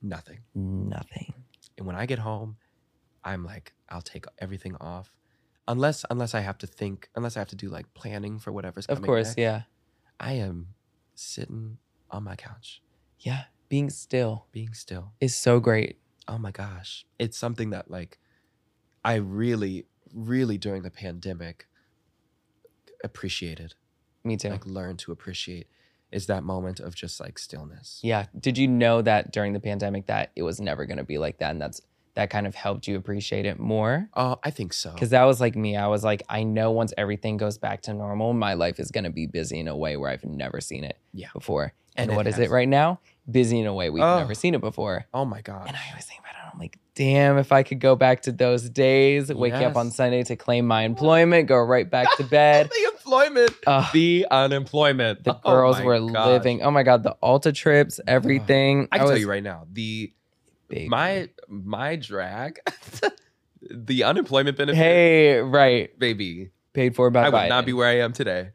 S2: nothing.
S1: Nothing.
S2: And when I get home, I'm like, I'll take everything off. Unless, unless I have to think, unless I have to do like planning for whatever's
S1: Of
S2: coming.
S1: course,
S2: next,
S1: yeah.
S2: I am sitting on my couch,
S1: Yeah, being still
S2: being still.
S1: is so great.
S2: Oh my gosh, it's something that like, I really, really during the pandemic appreciated.
S1: Me too.
S2: like learn to appreciate is that moment of just like stillness.
S1: Yeah. Did you know that during the pandemic that it was never going to be like that and that's that kind of helped you appreciate it more?
S2: Uh, I think so.
S1: Cuz that was like me. I was like I know once everything goes back to normal, my life is going to be busy in a way where I've never seen it
S2: Yeah.
S1: before.
S2: And
S1: And,
S2: it
S1: what is
S2: has.
S1: it right now? Busy in a way we've
S2: Oh.
S1: never seen it before.
S2: Oh my God.
S1: And I always think about it. I'm like, damn, if I could go back to those days, wake
S2: Yes.
S1: up on Sunday to claim my employment, go right back to
S2: [LAUGHS]
S1: bed.
S2: the employment.
S1: Ugh,
S2: The unemployment.
S1: the
S2: [LAUGHS] Oh
S1: girls
S2: my
S1: were
S2: gosh.
S1: living. Oh my God, the Alta trips, everything.
S2: I can tell
S1: was
S2: you right now, the
S1: big.
S2: my my drag, [LAUGHS] the unemployment benefit,
S1: Hey, right.
S2: baby.
S1: Paid for by
S2: I would
S1: Biden.
S2: not be where I am today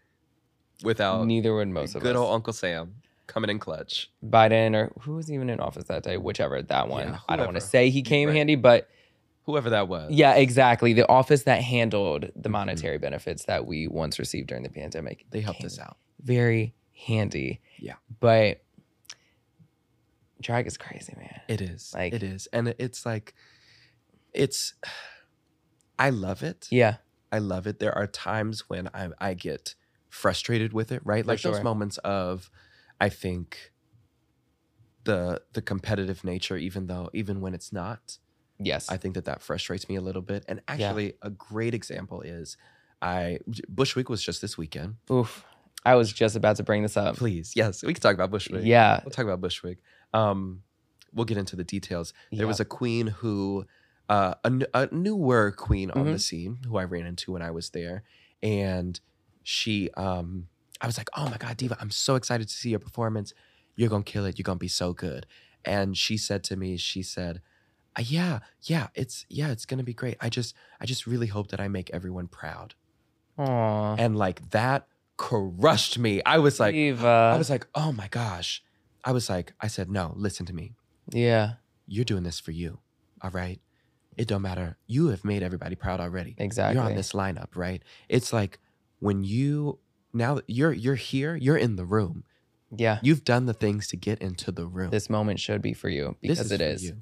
S2: without
S1: Neither would most of
S2: good
S1: us.
S2: old Uncle Sam coming in clutch.
S1: Biden or who was even in office that day, whichever that one.
S2: Yeah,
S1: I don't want
S2: whoever.
S1: to say he came
S2: Right.
S1: handy, but
S2: Whoever that was.
S1: yeah, exactly. The office that handled the monetary benefits that we once received during the pandemic.
S2: Mm-hmm. They helped
S1: came
S2: us out.
S1: very handy.
S2: Yeah.
S1: But drag is crazy, man.
S2: It is.
S1: Like-
S2: it is. And it's like it's [SIGHS] I love it.
S1: Yeah.
S2: I love it. There are times when I, I get frustrated with it, right?
S1: For
S2: Like those
S1: sure.
S2: moments of, I think, the the competitive nature, even though even when it's not,
S1: Yes.
S2: I think that that frustrates me a little bit. And actually, a great example is, I Bushwick was just this weekend.
S1: Oof. I was just about to bring this up.
S2: Please, yes, we can talk about Bushwick.
S1: Yeah.
S2: we'll talk about Bushwick. Um, we'll get into the details. There
S1: yeah.
S2: was a queen who, uh, a, n- a newer queen on the
S1: Mhm.
S2: scene who I ran into when I was there. And she, um, I was like, oh my God, Diva, I'm so excited to see your performance. You're going to kill it. You're going to be so good. And she said to me, she said, "Uh, yeah, yeah, it's, yeah, it's going to be great. I just, I just really hope that I make everyone proud.
S1: Aw.
S2: And like that crushed me. I was like,
S1: Diva.
S2: I was like, oh my gosh. I was like, I said, no, listen to me
S1: yeah,
S2: you're doing this for you, all right? It don't matter. You have made everybody proud already.
S1: exactly.
S2: You're on this lineup, right? It's like when you now that you're you're here, you're in the room.
S1: Yeah.
S2: You've done the things to get into the room.
S1: This moment should be for you
S2: This
S1: because it
S2: for
S1: is.
S2: you.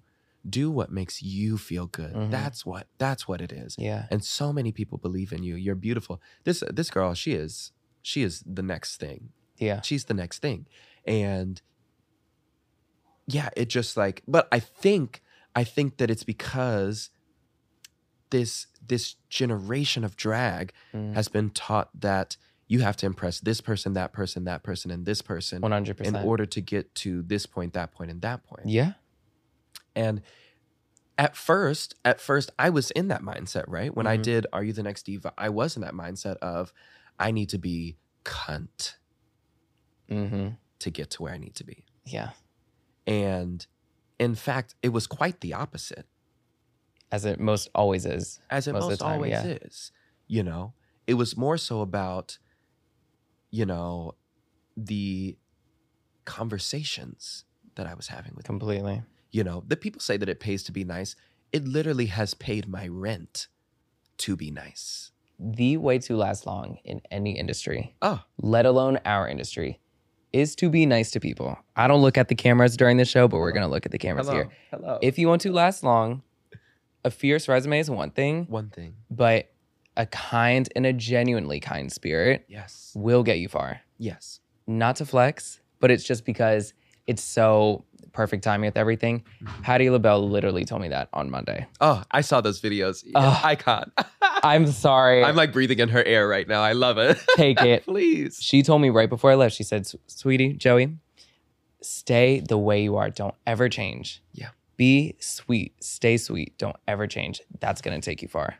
S2: Do what makes you feel good.
S1: Mhm.
S2: That's what that's what it is.
S1: Yeah.
S2: And so many people believe in you. You're beautiful. This this girl, she is she is the next thing
S1: Yeah.
S2: she's the next thing and yeah it just like but i think i think that it's because this this generation of drag
S1: Mm.
S2: has been taught that you have to impress this person that person that person and this person
S1: 100%.
S2: in order to get to this point that point and that point
S1: yeah.
S2: and at first, at first, I was in that mindset, right? When I
S1: Mhm.
S2: did Are You the Next Diva, I was in that mindset of I need to be cunt
S1: Mm-hmm.
S2: to get to where I need to be.
S1: Yeah.
S2: And in fact, it was quite the opposite,
S1: As it most always is.
S2: as it
S1: Most
S2: most,
S1: of the time,
S2: always
S1: yeah.
S2: is. You know, it was more so about, you know, the conversations that I was having with,
S1: Completely.
S2: you know, the people say that it pays to be nice. It literally has paid my rent to be nice.
S1: The way to last long in any industry
S2: Oh,
S1: let alone our industry, is to be nice to people. I don't look at the cameras during the show, but we're
S2: Hello.
S1: gonna look at the cameras
S2: hello,
S1: here.
S2: hello.
S1: If you want to last long, a fierce resume is one thing,
S2: one thing,
S1: but a kind and a genuinely kind spirit
S2: yes,
S1: will get you far.
S2: yes,
S1: Not to flex, but it's just because it's so perfect timing with everything. Patty LaBelle literally told me that on
S2: [LAUGHS]
S1: Monday.
S2: oh, I saw those videos.
S1: Ugh.
S2: Icon.
S1: I'm sorry.
S2: I'm like breathing in her air right now. I love it. [LAUGHS]
S1: Take it.
S2: Please.
S1: She told me right before I left, she said, "S- Sweetie, Joey, stay the way you are. Don't ever change.
S2: Yeah.
S1: Be sweet. Stay sweet. Don't ever change. That's going to take you far.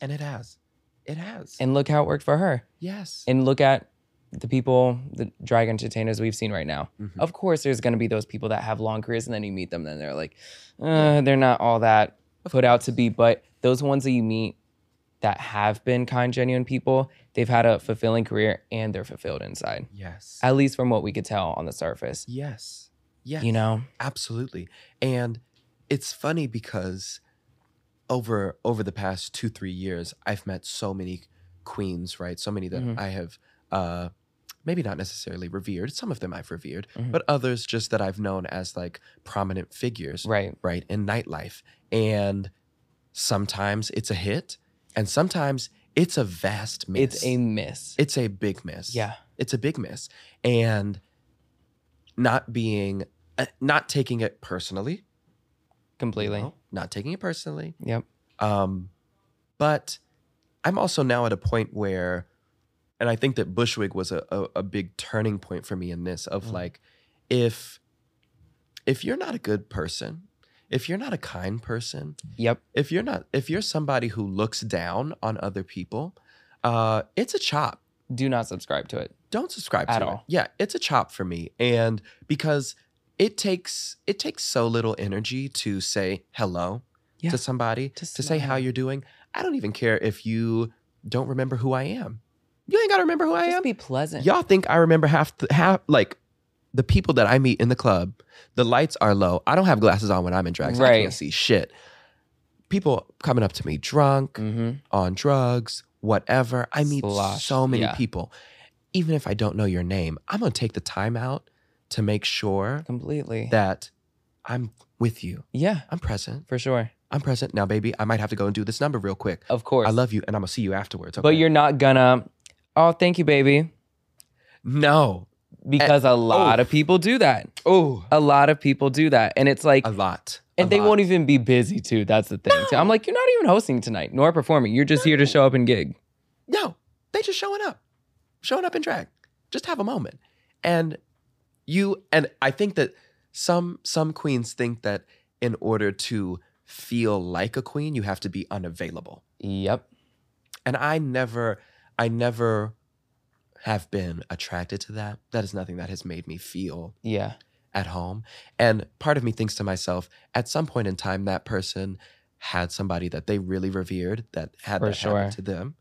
S2: And it has. It has.
S1: And look how it worked for her.
S2: yes.
S1: And look at the people, the drag entertainers we've seen right now.
S2: Mhm.
S1: Of course, there's going to be those people that have long careers and then you meet them, then they're like, uh, they're not all that put out to be. But those ones that you meet that have been kind, genuine people, they've had a fulfilling career and they're fulfilled inside.
S2: yes.
S1: at least from what we could tell on the surface.
S2: yes. Yes.
S1: You know,
S2: absolutely. And it's funny because over over the past two three years, I've met so many queens, right? So many that
S1: Mhm.
S2: I have, uh, maybe not necessarily revered. Some of them I've revered,
S1: Mhm.
S2: but others just that I've known as like prominent figures,
S1: right?
S2: right, in nightlife. And sometimes it's a hit, and sometimes it's a vast miss.
S1: It's a miss.
S2: it's a big miss.
S1: yeah,
S2: It's a big miss. And not being, uh, not taking it personally. you
S1: completely.
S2: know, Not taking it personally.
S1: Yep.
S2: Um, but I'm also now at a point where, and I think that Bushwick was a, a, a big turning point for me in this of
S1: Mm.
S2: like, if if you're not a good person, if you're not a kind person,
S1: Yep.
S2: if you're not if you're somebody who looks down on other people, uh, it's a chop
S1: Do not subscribe to it.
S2: don't subscribe
S1: At
S2: to it.
S1: all.
S2: Yeah, it's a chop for me, and because it takes it takes so little energy to say hello
S1: Yeah.
S2: to somebody
S1: To
S2: to say how
S1: smile.
S2: you're doing. I don't even care if you don't remember who I am. You ain't gotta remember who I
S1: Just
S2: am.
S1: be pleasant.
S2: Y'all think I remember half the, half like the people that I meet in the club. The lights are low. I don't have glasses on when I'm in drag, so I
S1: Right.
S2: can't see shit. People coming up to me drunk
S1: hmm
S2: on drugs, whatever. I meet
S1: Slosh,
S2: so many
S1: yeah.
S2: people. Even if I don't know your name, I'm going to take the time out to make sure
S1: Completely.
S2: that I'm with you.
S1: yeah,
S2: I'm present.
S1: for sure.
S2: I'm present. Now, baby, I might have to go and do this number real quick.
S1: Of course.
S2: I love you and I'm going to see you afterwards.
S1: But
S2: okay?
S1: you're not gonna. Oh, thank you, baby.
S2: No.
S1: Because
S2: Eh,
S1: a lot of people do that.
S2: Oh,
S1: A lot of people do that, and it's like,
S2: a lot. A
S1: and they
S2: lot.
S1: won't even be busy too. That's the thing. too. I'm like, you're not even hosting tonight nor performing. You're just here to show up and gig.
S2: No, they just showing up, showing up in drag. Just have a moment, and you and I think that some some queens think that in order to feel like a queen, you have to be unavailable.
S1: Yep.
S2: And I never, I never have been attracted to that. That is nothing that has made me feel
S1: Yeah.
S2: at home. And part of me thinks to myself, at some point in time, that person had somebody that they really revered that had
S1: For
S2: that
S1: sure.
S2: happen to them,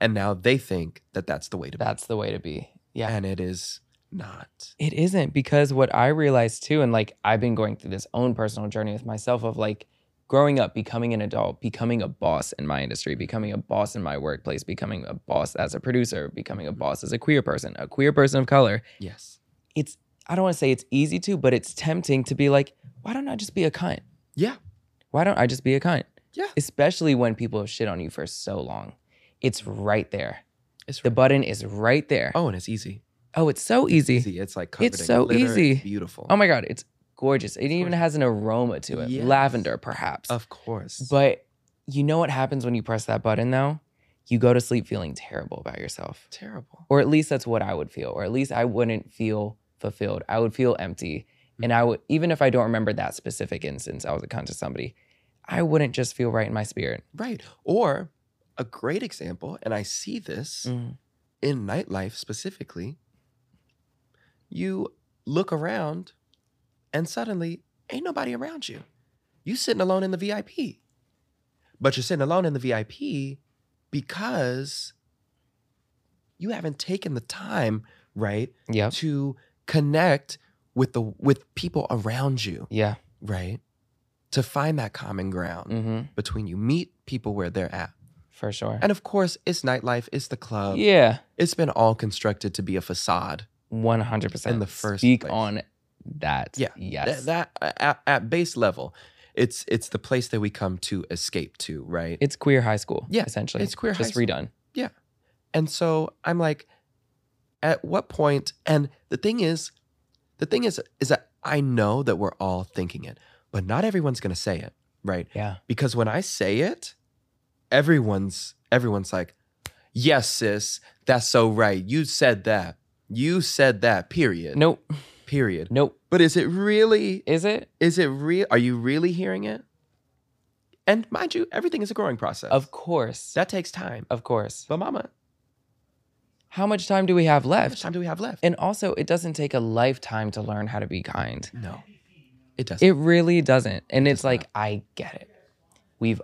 S2: and now they think that that's the way to be
S1: That's the way to be. Yeah.
S2: and it is not.
S1: It isn't because what I realized too, and like I've been going through this own personal journey with myself of like growing up, becoming an adult, becoming a boss in my industry, becoming a boss in my workplace, becoming a boss as a producer, becoming a boss as a queer person, a queer person of color.
S2: Yes.
S1: It's, I don't want to say it's easy to, but it's tempting to be like, why don't I just be a cunt?
S2: Yeah.
S1: Why don't I just be a cunt?
S2: Yeah.
S1: Especially when people have shit on you for so long. It's right there.
S2: It's
S1: The
S2: right.
S1: button is right there. Oh,
S2: oh, and it's easy.
S1: it's so easy.
S2: Easy. It's like covered
S1: It's
S2: in
S1: so
S2: glitter. It's
S1: easy.
S2: beautiful.
S1: Oh my god, it's gorgeous. It even
S2: gorgeous.
S1: has an aroma to it,
S2: Yes.
S1: lavender perhaps.
S2: Of course.
S1: But you know what happens when you press that button though? You go to sleep feeling terrible about yourself.
S2: terrible.
S1: Or at least that's what I would feel, or at least I wouldn't feel fulfilled. I would feel empty.
S2: Mm.
S1: And I would even if I don't remember that specific instance, I was a cunt to somebody, I wouldn't just feel right in my spirit.
S2: Right. Or a great example, and I see this
S1: Mm.
S2: in nightlife specifically. You look around, and suddenly ain't nobody around you. You sitting alone in the VIP, but you're sitting alone in the VIP because you haven't taken the time, right,
S1: Yep.
S2: to connect with the with people around you,
S1: Yeah.
S2: right? To find that common ground
S1: hmm
S2: between you, meet people where they're at.
S1: For sure.
S2: And um, of course, it's nightlife, it's the club.
S1: yeah.
S2: It's been all constructed to be a facade.
S1: One hundred percent.
S2: in the first
S1: speak
S2: place.
S1: on that.
S2: Yeah.
S1: Yes.
S2: That, that at, at base level, it's it's the place that we come to escape to, right?
S1: it's queer high school.
S2: Yeah,
S1: Essentially.
S2: it's queer high
S1: Just
S2: school.
S1: redone.
S2: And so I'm like, at what point? And the thing is, the thing is, is that I know that we're all thinking it, but not everyone's gonna say it, right?
S1: Yeah.
S2: Because when I say it, everyone's everyone's like, yes, sis, that's so right. You said that. You said that. Period.
S1: Nope.
S2: Period.
S1: Nope.
S2: But is it really?
S1: Is it?
S2: Is it real? Are you really hearing it? And mind you, everything is a growing process.
S1: Of course.
S2: that takes time.
S1: of course.
S2: But mama,
S1: How much time do we have
S2: how much
S1: left?
S2: time do we have left?
S1: And also, it doesn't take a lifetime to learn how to be kind.
S2: No, it doesn't.
S1: It really doesn't. And it's like, I get it. We've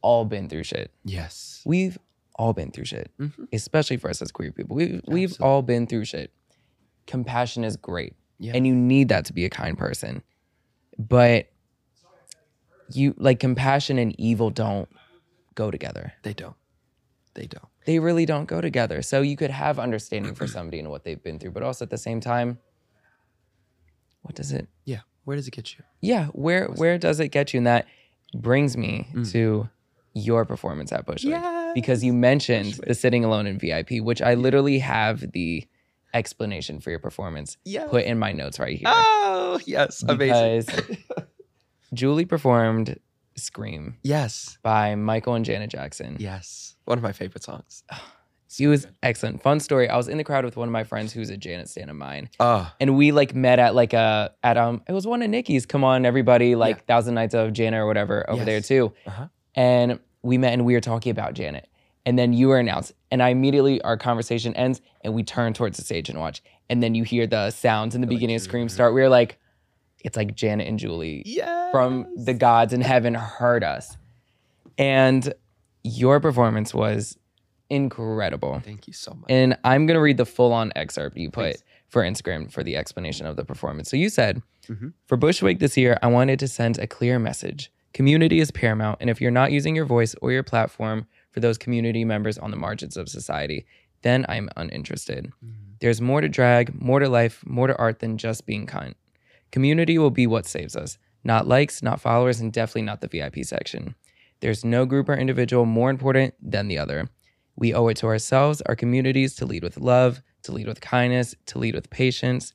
S1: all been through shit.
S2: yes.
S1: We've all been through shit,
S2: Mhm.
S1: especially for us as queer people. We've, we've all been through shit. Compassion is great.
S2: Yeah.
S1: And you need that to be a kind person. But you like compassion and evil don't go together.
S2: They don't. They don't.
S1: they really don't go together. So you could have understanding for somebody and what they've been through, but also at the same time, what does it?
S2: Yeah. Where does it get you?
S1: Yeah, where where does it get you? And that brings me to your performance at Bushwick because you mentioned the sitting alone in VIP, which I literally have the explanation for your performance
S2: Yeah.
S1: put in my notes right here.
S2: Oh, yes. Amazing.
S1: Because Julie performed Scream
S2: yes.
S1: by Michael and Janet Jackson.
S2: Yes. One of my favorite songs.
S1: It was excellent. Fun story. I was in the crowd with one of my friends who's a Janet stan of mine.
S2: Oh,
S1: And we like met at like a at um it was one of Nikki's. Come on, everybody, like
S2: Yeah.
S1: Thousand Nights of Janet or whatever over
S2: Yes.
S1: there too.
S2: Uh-huh.
S1: And we met and we were talking about Janet. And then you were announced. And I immediately our conversation ends and we turn towards the stage and watch. And then you hear the sounds in the
S2: Like
S1: beginning of
S2: Julie.
S1: Scream start. We were like, it's like Janet and Julie
S2: yeah.
S1: from the gods in heaven heard us. And your performance was incredible.
S2: Thank you so much.
S1: And I'm going to read the full on excerpt you put
S2: Please.
S1: for Instagram for the explanation of the performance. So you said,
S2: Mhm.
S1: for Bushwick this year, I wanted to send a clear message. Community is paramount. And if you're not using your voice or your platform for those community members on the margins of society, then I'm uninterested.
S2: Mm.
S1: There's more to drag, more to life, more to art than just being kind. Community will be what saves us, not likes, not followers, and definitely not the VIP section. There's no group or individual more important than the other. We owe it to ourselves, our communities, to lead with love, to lead with kindness, to lead with patience.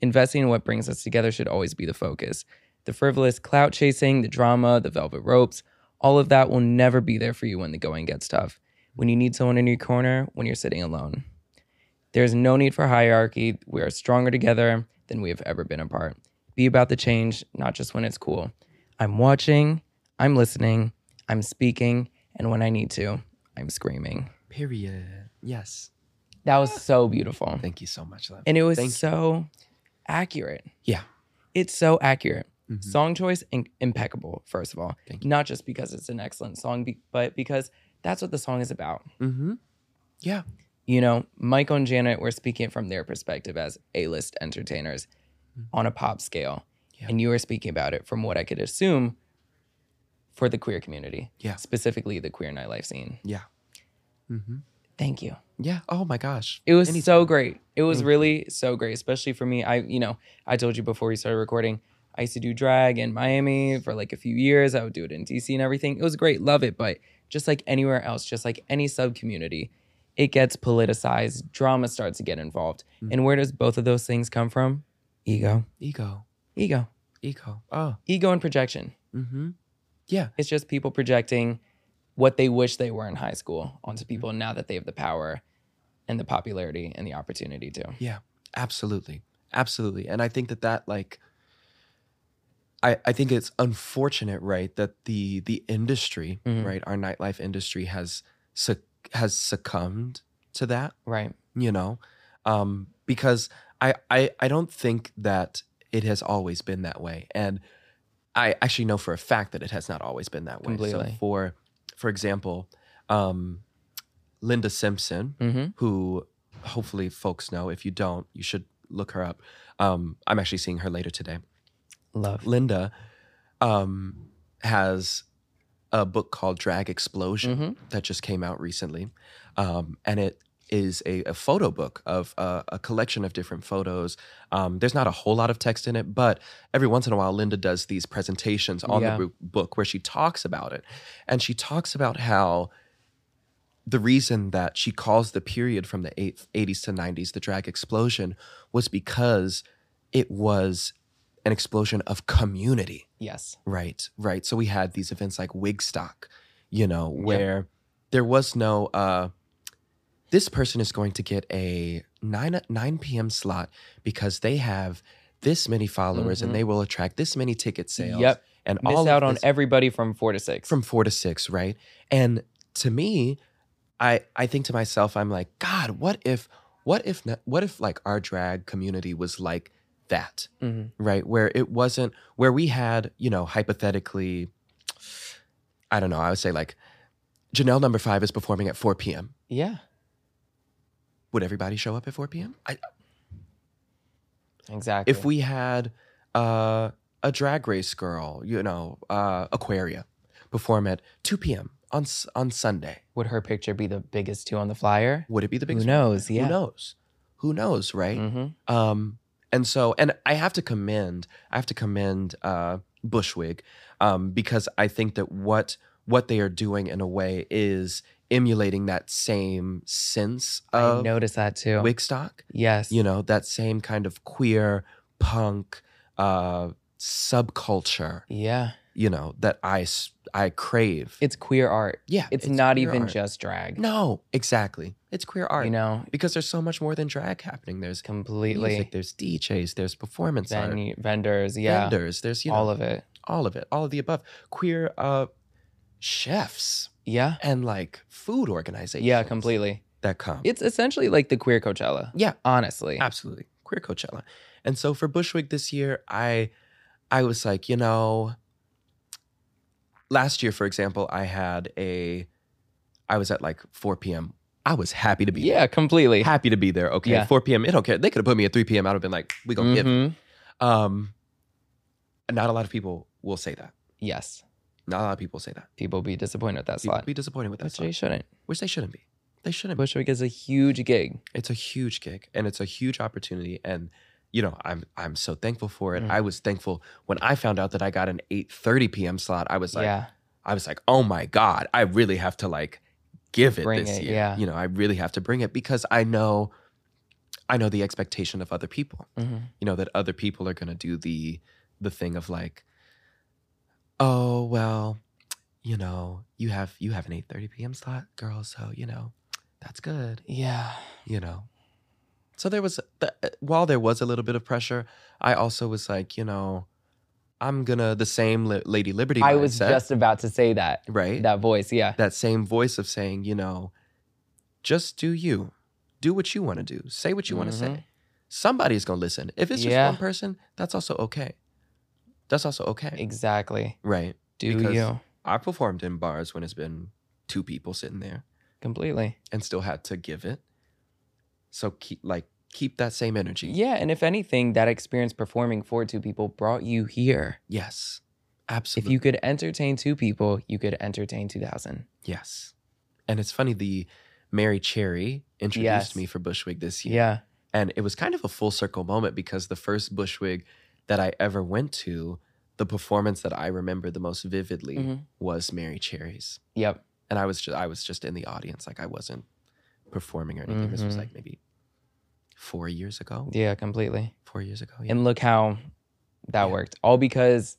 S1: Investing in what brings us together should always be the focus. The frivolous clout chasing, the drama, the velvet ropes, all of that will never be there for you when the going gets tough, when you need someone in your corner, when you're sitting alone. There's no need for hierarchy. We are stronger together than we have ever been apart. Be about the change, not just when it's cool. I'm watching, I'm listening, I'm speaking, and when I need to, I'm screaming.
S2: Period. Yes.
S1: That was so beautiful.
S2: Thank you so much, love.
S1: And it was
S2: Thank you.
S1: so accurate.
S2: Yeah.
S1: It's so accurate.
S2: Mhm.
S1: Song choice, in- impeccable, first of all.
S2: Thank
S1: Not just because it's an excellent song, be- but because that's what the song is about.
S2: Mm-hmm. Yeah.
S1: you know, Michael and Janet were speaking from their perspective as A list entertainers on a pop scale.
S2: Yeah.
S1: And you were speaking about it from what I could assume for the queer community,
S2: Yeah.
S1: specifically the queer nightlife scene.
S2: Yeah. Mm-hmm.
S1: Thank you.
S2: Yeah. Oh my gosh.
S1: It was
S2: Anytime.
S1: so great. It was
S2: Thank you.
S1: really so great, especially for me. I, you know, I told you before we started recording, I used to do drag in Miami for like a few years. I would do it in DC and everything. It was great. Love it. But just like anywhere else, just like any sub community, it gets politicized. Drama starts to get involved.
S2: Mhm.
S1: And where does both of those things come from? Ego,
S2: Ego.
S1: ego,
S2: Ego. Oh.
S1: ego, and projection.
S2: Mm-hmm.
S1: It's just people projecting what they wish they were in high school onto people now that they have the power and the popularity and the opportunity to.
S2: Absolutely. Absolutely. And I think that that like I, I think it's unfortunate, right, that the the industry,
S1: Mhm.
S2: right, our nightlife industry has suc- has succumbed to that,
S1: Right.
S2: you know, um, because I, I I don't think that it has always been that way, and I actually know for a fact that it has not always been that way. So
S1: Completely.
S2: for for example, um, Linda Simpson,
S1: Mm-hmm.
S2: who hopefully folks know. If you don't, you should look her up. Um, I'm actually seeing her later today.
S1: Love.
S2: Linda um, has a book called Drag Explosion
S1: Mhm.
S2: that just came out recently. Um, and it is a, a photo book of uh, a collection of different photos. Um, there's not a whole lot of text in it, but every once in a while, Linda does these presentations on
S1: Yeah.
S2: the bu- book where she talks about it. And she talks about how the reason that she calls the period from the eight, 80s to 90s the drag explosion was because it was an explosion of community.
S1: Yes.
S2: Right, right. So we had these events like Wigstock, you know,
S1: Yep.
S2: where there was no uh this person is going to get a 9 9 p.m. slot because they have this many followers
S1: Mhm.
S2: and they will attract this many ticket sales
S1: Yep.
S2: and
S1: Miss
S2: all
S1: out
S2: of
S1: on
S2: this
S1: everybody from four to six.
S2: from 4 to 6, right? And to me, I I think to myself I'm like, god, what if what if not, what if like our drag community was like that?
S1: Mhm.
S2: right? Where it wasn't where we had, you know, hypothetically, I don't know, I would say like Janelle number five is performing at 4 p.m.
S1: Yeah.
S2: Would everybody show up at 4 p.m.? I,
S1: Exactly.
S2: if we had uh, a drag race girl, you know, uh, Aquaria, perform at 2 p.m. on S- on Sunday,
S1: would her picture be the biggest two on the flyer?
S2: would it be the biggest?
S1: Who knows?
S2: Who
S1: Yeah.
S2: knows? Who knows, right?
S1: hmm
S2: Um, and so, and I have to commend, I have to commend uh, Bushwig um, because I think that what what they are doing in a way is emulating that same sense
S1: I
S2: of
S1: noticed that too.
S2: Wigstock.
S1: yes.
S2: You know, that same kind of queer punk uh, subculture.
S1: yeah.
S2: You know that I s- I crave.
S1: It's queer art.
S2: yeah,
S1: It's, not
S2: queer
S1: even
S2: art.
S1: just drag.
S2: No, exactly. It's queer art.
S1: You know,
S2: because there's so much more than drag happening. There's music,
S1: completely.
S2: there's DJs, there's performance art,
S1: Venu- vendors. Yeah.
S2: vendors, there's you know
S1: all of it.
S2: all of it, all of the above. Queer uh, chefs
S1: Yeah.
S2: and like food organizations.
S1: Yeah, completely.
S2: That come.
S1: It's essentially like the queer Coachella.
S2: Yeah.
S1: Honestly.
S2: Absolutely. Queer Coachella. And so for Bushwick this year, I I was like, you know, last year, for example, I had a I was at like 4 p.m. I was happy to be
S1: yeah, completely.
S2: there. Happy to be there. Okay.
S1: Yeah.
S2: 4 p.m. It don't care. They could have put me at 3 p.m. I'd have been like, we gonna give.
S1: Mhm.
S2: Um not a lot of people will say that.
S1: Yes.
S2: Not a lot of people say that.
S1: People be disappointed with that
S2: People
S1: slot.
S2: be disappointed with that
S1: Which they
S2: song,
S1: shouldn't.
S2: which they shouldn't be.
S1: [LAUGHS]
S2: They shouldn't be.
S1: Bushwick is a huge gig.
S2: It's a huge gig and it's a huge opportunity. And you know, I'm I'm so thankful for it.
S1: Mm.
S2: I was thankful when I found out that I got an 8:30 p.m. slot. I was like,
S1: yeah.
S2: I was like, oh my God, I really have to like give it
S1: Bring
S2: this
S1: it,
S2: year.
S1: yeah.
S2: You know, I really have to bring it because I know I know the expectation of other people.
S1: Mhm.
S2: You know, that other people are gonna do the the thing of like, oh well, you know, you have you have an 8:30 p.m. slot, girl, so you know, that's good
S1: Yeah.
S2: you know. So there was, the, uh, while there was a little bit of pressure, I also was like, you know, I'm gonna the same li- Lady Liberty.
S1: I was
S2: mindset,
S1: just about to say that.
S2: right. That,
S1: That voice. Yeah.
S2: same voice of saying, you know, just do you, do what you want to do, say what you want to
S1: Mhm.
S2: say. Somebody's gonna listen. If it's just
S1: Yeah.
S2: one person, that's also okay. That's also okay,
S1: Exactly.
S2: right?
S1: Do
S2: Because-
S1: you?
S2: I performed in bars when it's been two people sitting there
S1: Completely.
S2: and still had to give it. So keep like keep that same energy.
S1: Yeah. And if anything, that experience performing for two people brought you here.
S2: Yes.
S1: If
S2: Absolutely.
S1: you could entertain two people, you could entertain 2,000.
S2: yes. And it's funny, the Mary Cherry introduced
S1: Yes.
S2: me for Bushwig this year.
S1: Yeah.
S2: And it was kind of a full circle moment because the first Bushwig that I ever went to, the performance that I remember the most vividly
S1: Mhm.
S2: was Mary Cherry's.
S1: Yep.
S2: And I was just I was just in the audience. Like I wasn't performing or anything. This was
S1: Mhm.
S2: like maybe four years ago.
S1: Yeah, completely.
S2: Four years ago. Yeah.
S1: And look how that
S2: Yeah.
S1: worked. All because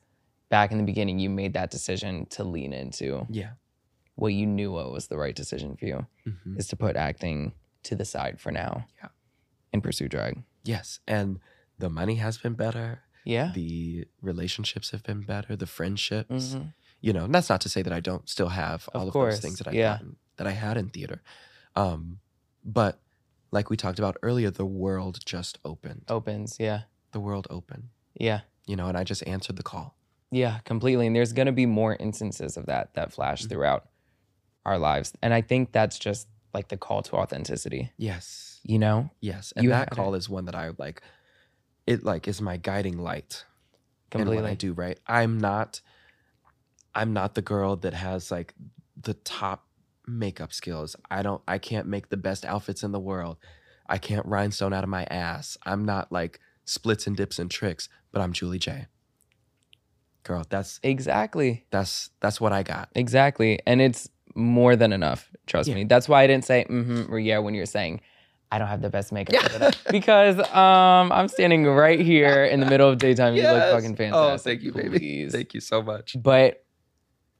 S1: back in the beginning, you made that decision to lean into
S2: yeah.
S1: what you knew what was the right decision for you
S2: Mhm.
S1: is to put acting to the side for now.
S2: Yeah.
S1: And pursue drag.
S2: Yes. And the money has been better.
S1: Yeah.
S2: The relationships have been better. The friendships.
S1: Mhm.
S2: you know, and that's not to say that I don't still have
S1: Of
S2: all of
S1: course,
S2: those things that I
S1: yeah.
S2: gotten, that I had in theater. Um, but like we talked about earlier, the world just opened.
S1: Opens. Yeah.
S2: The world opened,
S1: Yeah.
S2: you know, and I just answered the call.
S1: Yeah, completely. And there's going to be more instances of that that flash
S2: Mhm.
S1: throughout our lives. And I think that's just like the call to authenticity,
S2: Yes,
S1: you know?
S2: yes, and
S1: You
S2: that
S1: had it.
S2: call is one that I like. It like is my guiding light in
S1: Completely.
S2: what I do. Right, I'm not, I'm not the girl that has like the top makeup skills. I don't. I can't make the best outfits in the world. I can't rhinestone out of my ass. I'm not like splits and dips and tricks, but I'm Julie J. Girl, that's
S1: Exactly.
S2: that's that's what I got.
S1: Exactly. And it's more than enough. Trust
S2: Yeah.
S1: me. That's why I didn't say, mm hmm, or yeah, when you're saying, I don't have the best makeup. because um, I'm standing right here in the middle of daytime. You look fucking fantastic.
S2: Oh, thank you, baby.
S1: Please.
S2: [LAUGHS] Thank you so much.
S1: But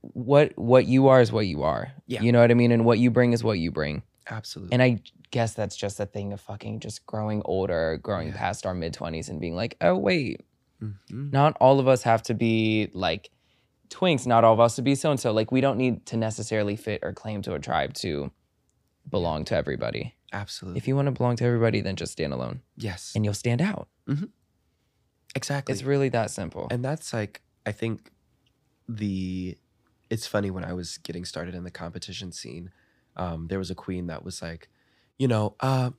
S1: what what you are is what you are.
S2: Yeah.
S1: You know what I mean? And what you bring is what you bring.
S2: Absolutely.
S1: And I guess that's just a thing of fucking just growing older, growing
S2: Yeah.
S1: past our mid 20s and being like, oh, wait,
S2: Mhm.
S1: not all of us have to be like twinks, not all of us to be so and so. Like, we don't need to necessarily fit or claim to a tribe to belong to everybody.
S2: Absolutely.
S1: If you want to belong to everybody, then just stand alone
S2: yes.
S1: and you'll stand out.
S2: exactly.
S1: It's really that simple.
S2: And that's like, I think the, it's funny when I was getting started in the competition scene, um, there was a queen that was like, you know, uh,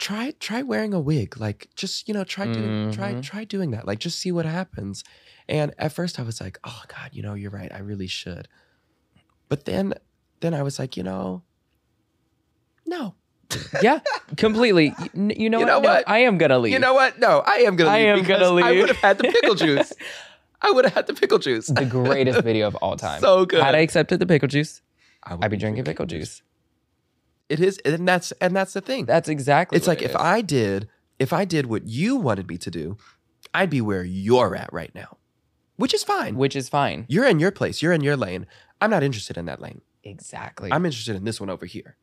S2: try try wearing a wig, like just you know, try doing try
S1: Mhm.
S2: try doing that, like just see what happens. And at first, I was like, oh God, you know, you're right, I really should. But then, then I was like, you know, no,
S1: yeah, completely. You, kn- you know,
S2: You
S1: No,
S2: know what?
S1: I am going to leave.
S2: you know what? No, I am gonna.
S1: I
S2: Leave
S1: am
S2: because
S1: gonna
S2: I
S1: leave.
S2: would have had the
S1: [LAUGHS]
S2: pickle juice. I would have had the pickle juice.
S1: the greatest video of all time.
S2: [LAUGHS] So good.
S1: Had I accepted the pickle juice,
S2: would
S1: I'd be drinking pickle juice.
S2: It is, and that's and that's the thing.
S1: That's exactly.
S2: it's
S1: what
S2: like
S1: it
S2: if
S1: is.
S2: I did, if I did what you wanted me to do, I'd be where you're at right now, which is fine.
S1: which is fine.
S2: You're in your place. You're in your lane. I'm not interested in that lane.
S1: Exactly.
S2: I'm interested in this one over here.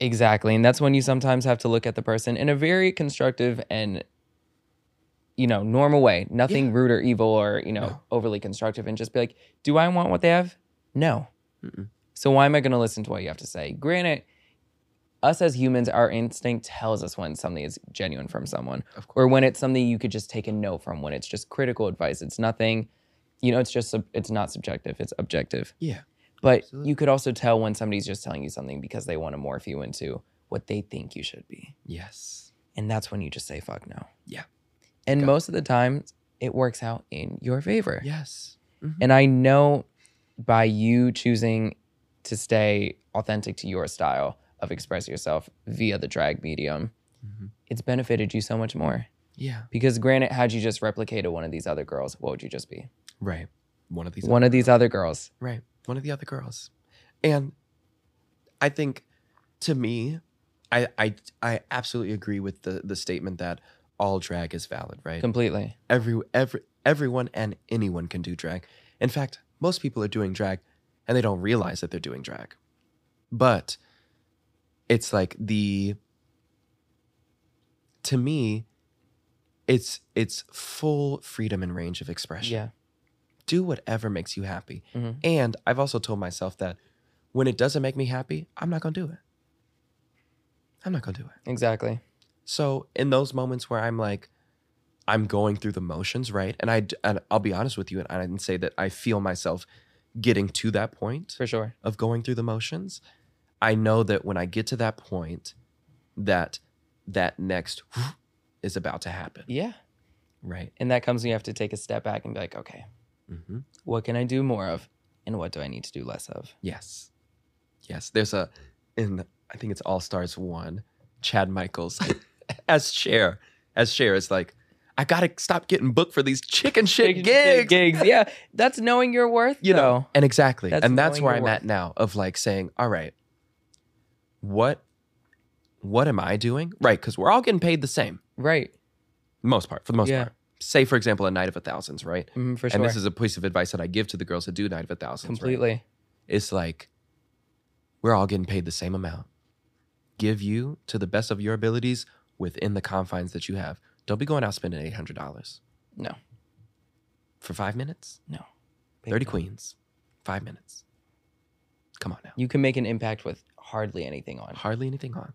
S1: Exactly. And that's when you sometimes have to look at the person in a very constructive and, you know, normal way. Nothing rude or evil or, you know,
S2: No.
S1: overly constructive and just be like, do I want what they have? No.
S2: Mm-mm.
S1: So why am I going to listen to what you have to say? Granted, us as humans, our instinct tells us when something is genuine from someone
S2: Of course.
S1: or when it's something you could just take a no from, when it's just critical advice. It's nothing, you know, it's just, sub- it's not subjective, it's objective.
S2: Yeah.
S1: But
S2: Absolutely.
S1: you could also tell when somebody's just telling you something because they want to morph you into what they think you should be.
S2: Yes.
S1: And that's when you just say fuck no.
S2: Yeah.
S1: And
S2: Got it.
S1: most of the time, it works out in your favor.
S2: Yes.
S1: And I know by you choosing to stay authentic to your style of express yourself via the drag medium,
S2: Mhm.
S1: it's benefited you so much more.
S2: Yeah.
S1: Because granted, had you just replicated one of these other girls, what would you just be?
S2: Right. One of these.
S1: One of these other girls.
S2: Right. One of the other girls. And I think to me, I I I absolutely agree with the the statement that all drag is valid, right?
S1: Completely.
S2: Every every everyone and anyone can do drag. In fact, most people are doing drag and they don't realize that they're doing drag. But it's like the to me it's it's full freedom and range of expression.
S1: Yeah.
S2: Do whatever makes you happy.
S1: hmm
S2: And I've also told myself that when it doesn't make me happy, I'm not going to do it. I'm not going to do it.
S1: Exactly.
S2: So, in those moments where I'm like, I'm going through the motions, right? And I, d- and I'll be honest with you, and I didn't say that I feel myself getting to that point
S1: For sure.
S2: of going through the motions. I know that when I get to that point, that that next is about to happen,
S1: Yeah.
S2: right?
S1: And that comes when you have to take a step back and be like, okay,
S2: Mm-hmm.
S1: what can I do more of? And what do I need to do less of?
S2: Yes. Yes. There's a in I think it's All Stars one, Chad Michaels [LAUGHS] as chair. As chair is like, I gotta stop getting booked for these chicken shit
S1: Gigs,
S2: gigs.
S1: gigs. Yeah. That's knowing your worth,
S2: You know.
S1: though.
S2: And exactly.
S1: That's
S2: and that's
S1: knowing
S2: where
S1: your
S2: I'm at
S1: worth.
S2: now of like saying, all right, what what am I doing? Right, because we're all getting paid the same.
S1: Right.
S2: Most part, for the most
S1: Yeah.
S2: part. Say, for example, a night of a thousands, right?
S1: Mhm, for
S2: And
S1: sure.
S2: this is a piece of advice that I give to the girls that do night of a thousands. right?
S1: Completely.
S2: it's like we're all getting paid the same amount. Give you to the best of your abilities within the confines that you have. Don't be going out spending eight hundred dollars.
S1: No.
S2: For five minutes,
S1: Big
S2: thirty
S1: time.
S2: queens, five minutes. Come on now.
S1: You can make an impact with hardly anything on.
S2: Hardly anything on.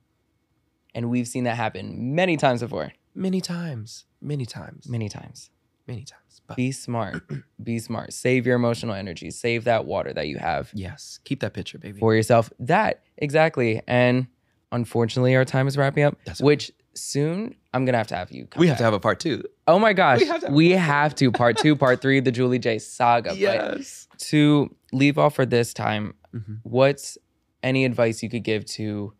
S1: And we've seen that happen many times before.
S2: Many times, many times, many,
S1: Many times.
S2: times. But
S1: Be
S2: [CLEARS THROAT]
S1: smart. Be smart. Save your emotional energy. Save that water that you have
S2: yes, keep that picture, baby.
S1: for yourself. That, exactly. And unfortunately, our time is wrapping up,
S2: That's okay.
S1: which soon I'm going to have to have you come
S2: we
S1: back.
S2: have to have a part two.
S1: Oh my gosh.
S2: We have to-
S1: We have to. Part two, part three, the Julie J saga.
S2: Yes.
S1: But to leave off for this time,
S2: Mhm.
S1: what's any advice you could give to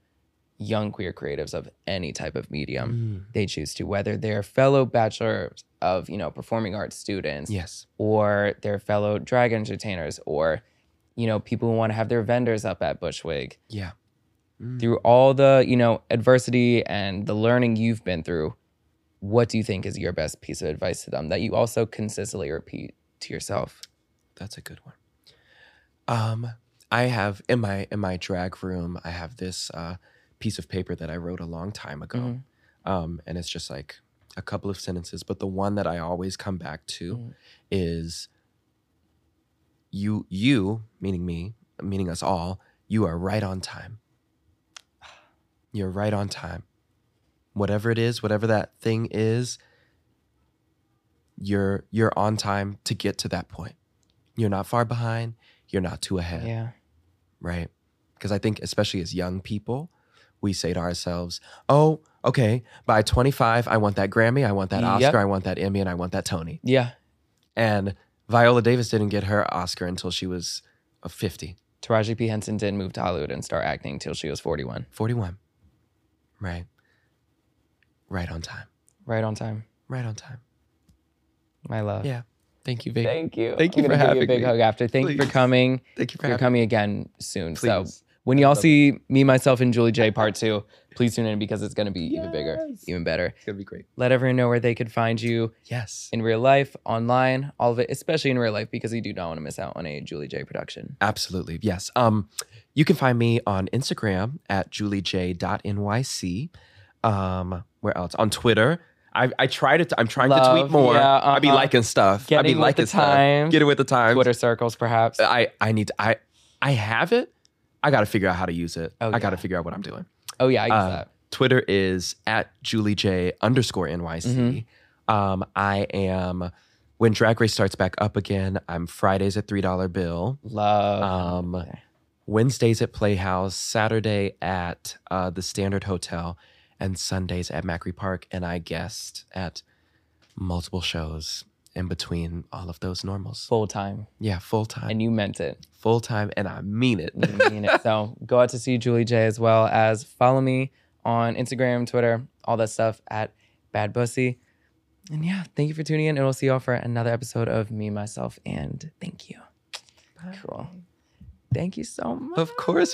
S1: young queer creatives of any type of medium
S2: Mm.
S1: they choose to, whether they're fellow bachelors of, you know, performing arts students
S2: Yes.
S1: or they're fellow drag entertainers or, you know, people who want to have their vendors up at Bushwig.
S2: Yeah. Mm.
S1: Through all the, you know, adversity and the learning you've been through, what do you think is your best piece of advice to them that you also consistently repeat to yourself?
S2: That's a good one. Um, I have in my in my drag room, I have this uh, piece of paper that I wrote a long time ago,
S1: Mhm.
S2: um, and it's just like a couple of sentences. But the one that I always come back to
S1: Mhm.
S2: is you you meaning me meaning us all. You are right on time. [SIGHS] You're right on time. Whatever it is, whatever that thing is, you're you're on time to get to that point. You're not far behind. You're not too ahead
S1: Yeah.
S2: right? Because I think, especially as young people, we say to ourselves, oh, okay, by 25, I want that Grammy, I want that
S1: Yep.
S2: Oscar, I want that Emmy, and I want that Tony.
S1: Yeah.
S2: And Viola Davis didn't get her Oscar until she was uh, 50,
S1: Taraji P. Henson did move to Hollywood and start acting till she was 41.
S2: 41. Right. Right on time.
S1: Right on time.
S2: Right on time.
S1: My love.
S2: Yeah. Thank you, Vic.
S1: Thank you.
S2: Thank
S1: I'm
S2: you
S1: gonna
S2: for
S1: give
S2: having
S1: a big
S2: me.
S1: hug after. Thank you for
S2: Please.
S1: coming.
S2: Thank you for
S1: You're
S2: having
S1: coming again soon.
S2: me.
S1: So
S2: Please.
S1: when y'all
S2: Love it.
S1: see me, myself, and Julie J part two, please tune in because it's gonna be even bigger,
S2: Yes.
S1: even better.
S2: It's gonna be great.
S1: Let everyone know where they could find you
S2: Yes.
S1: in real life, online, all of it, especially in real life, because you do not want to miss out on a Julie J production.
S2: Absolutely. Yes. Um, you can find me on Instagram at juliej.nyc. Um, where else? On Twitter. I, I try to, I'm trying to
S1: Love,
S2: tweet more.
S1: yeah,
S2: I'll be
S1: uh-huh.
S2: liking stuff. I'll
S1: Getting
S2: be
S1: with
S2: liking
S1: the times.
S2: stuff. Get it with the times.
S1: Twitter circles, perhaps.
S2: I, I need to, I, I have it. I got to figure out how to use it.
S1: Oh,
S2: I got to
S1: yeah.
S2: figure out what I'm doing.
S1: Oh yeah, I use
S2: uh,
S1: that.
S2: Twitter is at juliej underscore nyc.
S1: Mm-hmm.
S2: Um, I am, when Drag Race starts back up again, I'm Fridays at $3 bill.
S1: Love.
S2: Um,
S1: Okay.
S2: Wednesdays at Playhouse, Saturday at uh, the Standard Hotel, and Sundays at Macri Park. And I guest at multiple shows in between all of those normals.
S1: Full time,
S2: Yeah, full time,
S1: and you meant it.
S2: full time, and I mean it. [LAUGHS]
S1: You mean it. So go out to see Julie J as well as follow me on Instagram, Twitter, all that stuff at Bad Bussy. And yeah, thank you for tuning in, and we'll see y'all for another episode of Me, Myself, and Thank You. Cool. Thank you so much.
S2: Of course.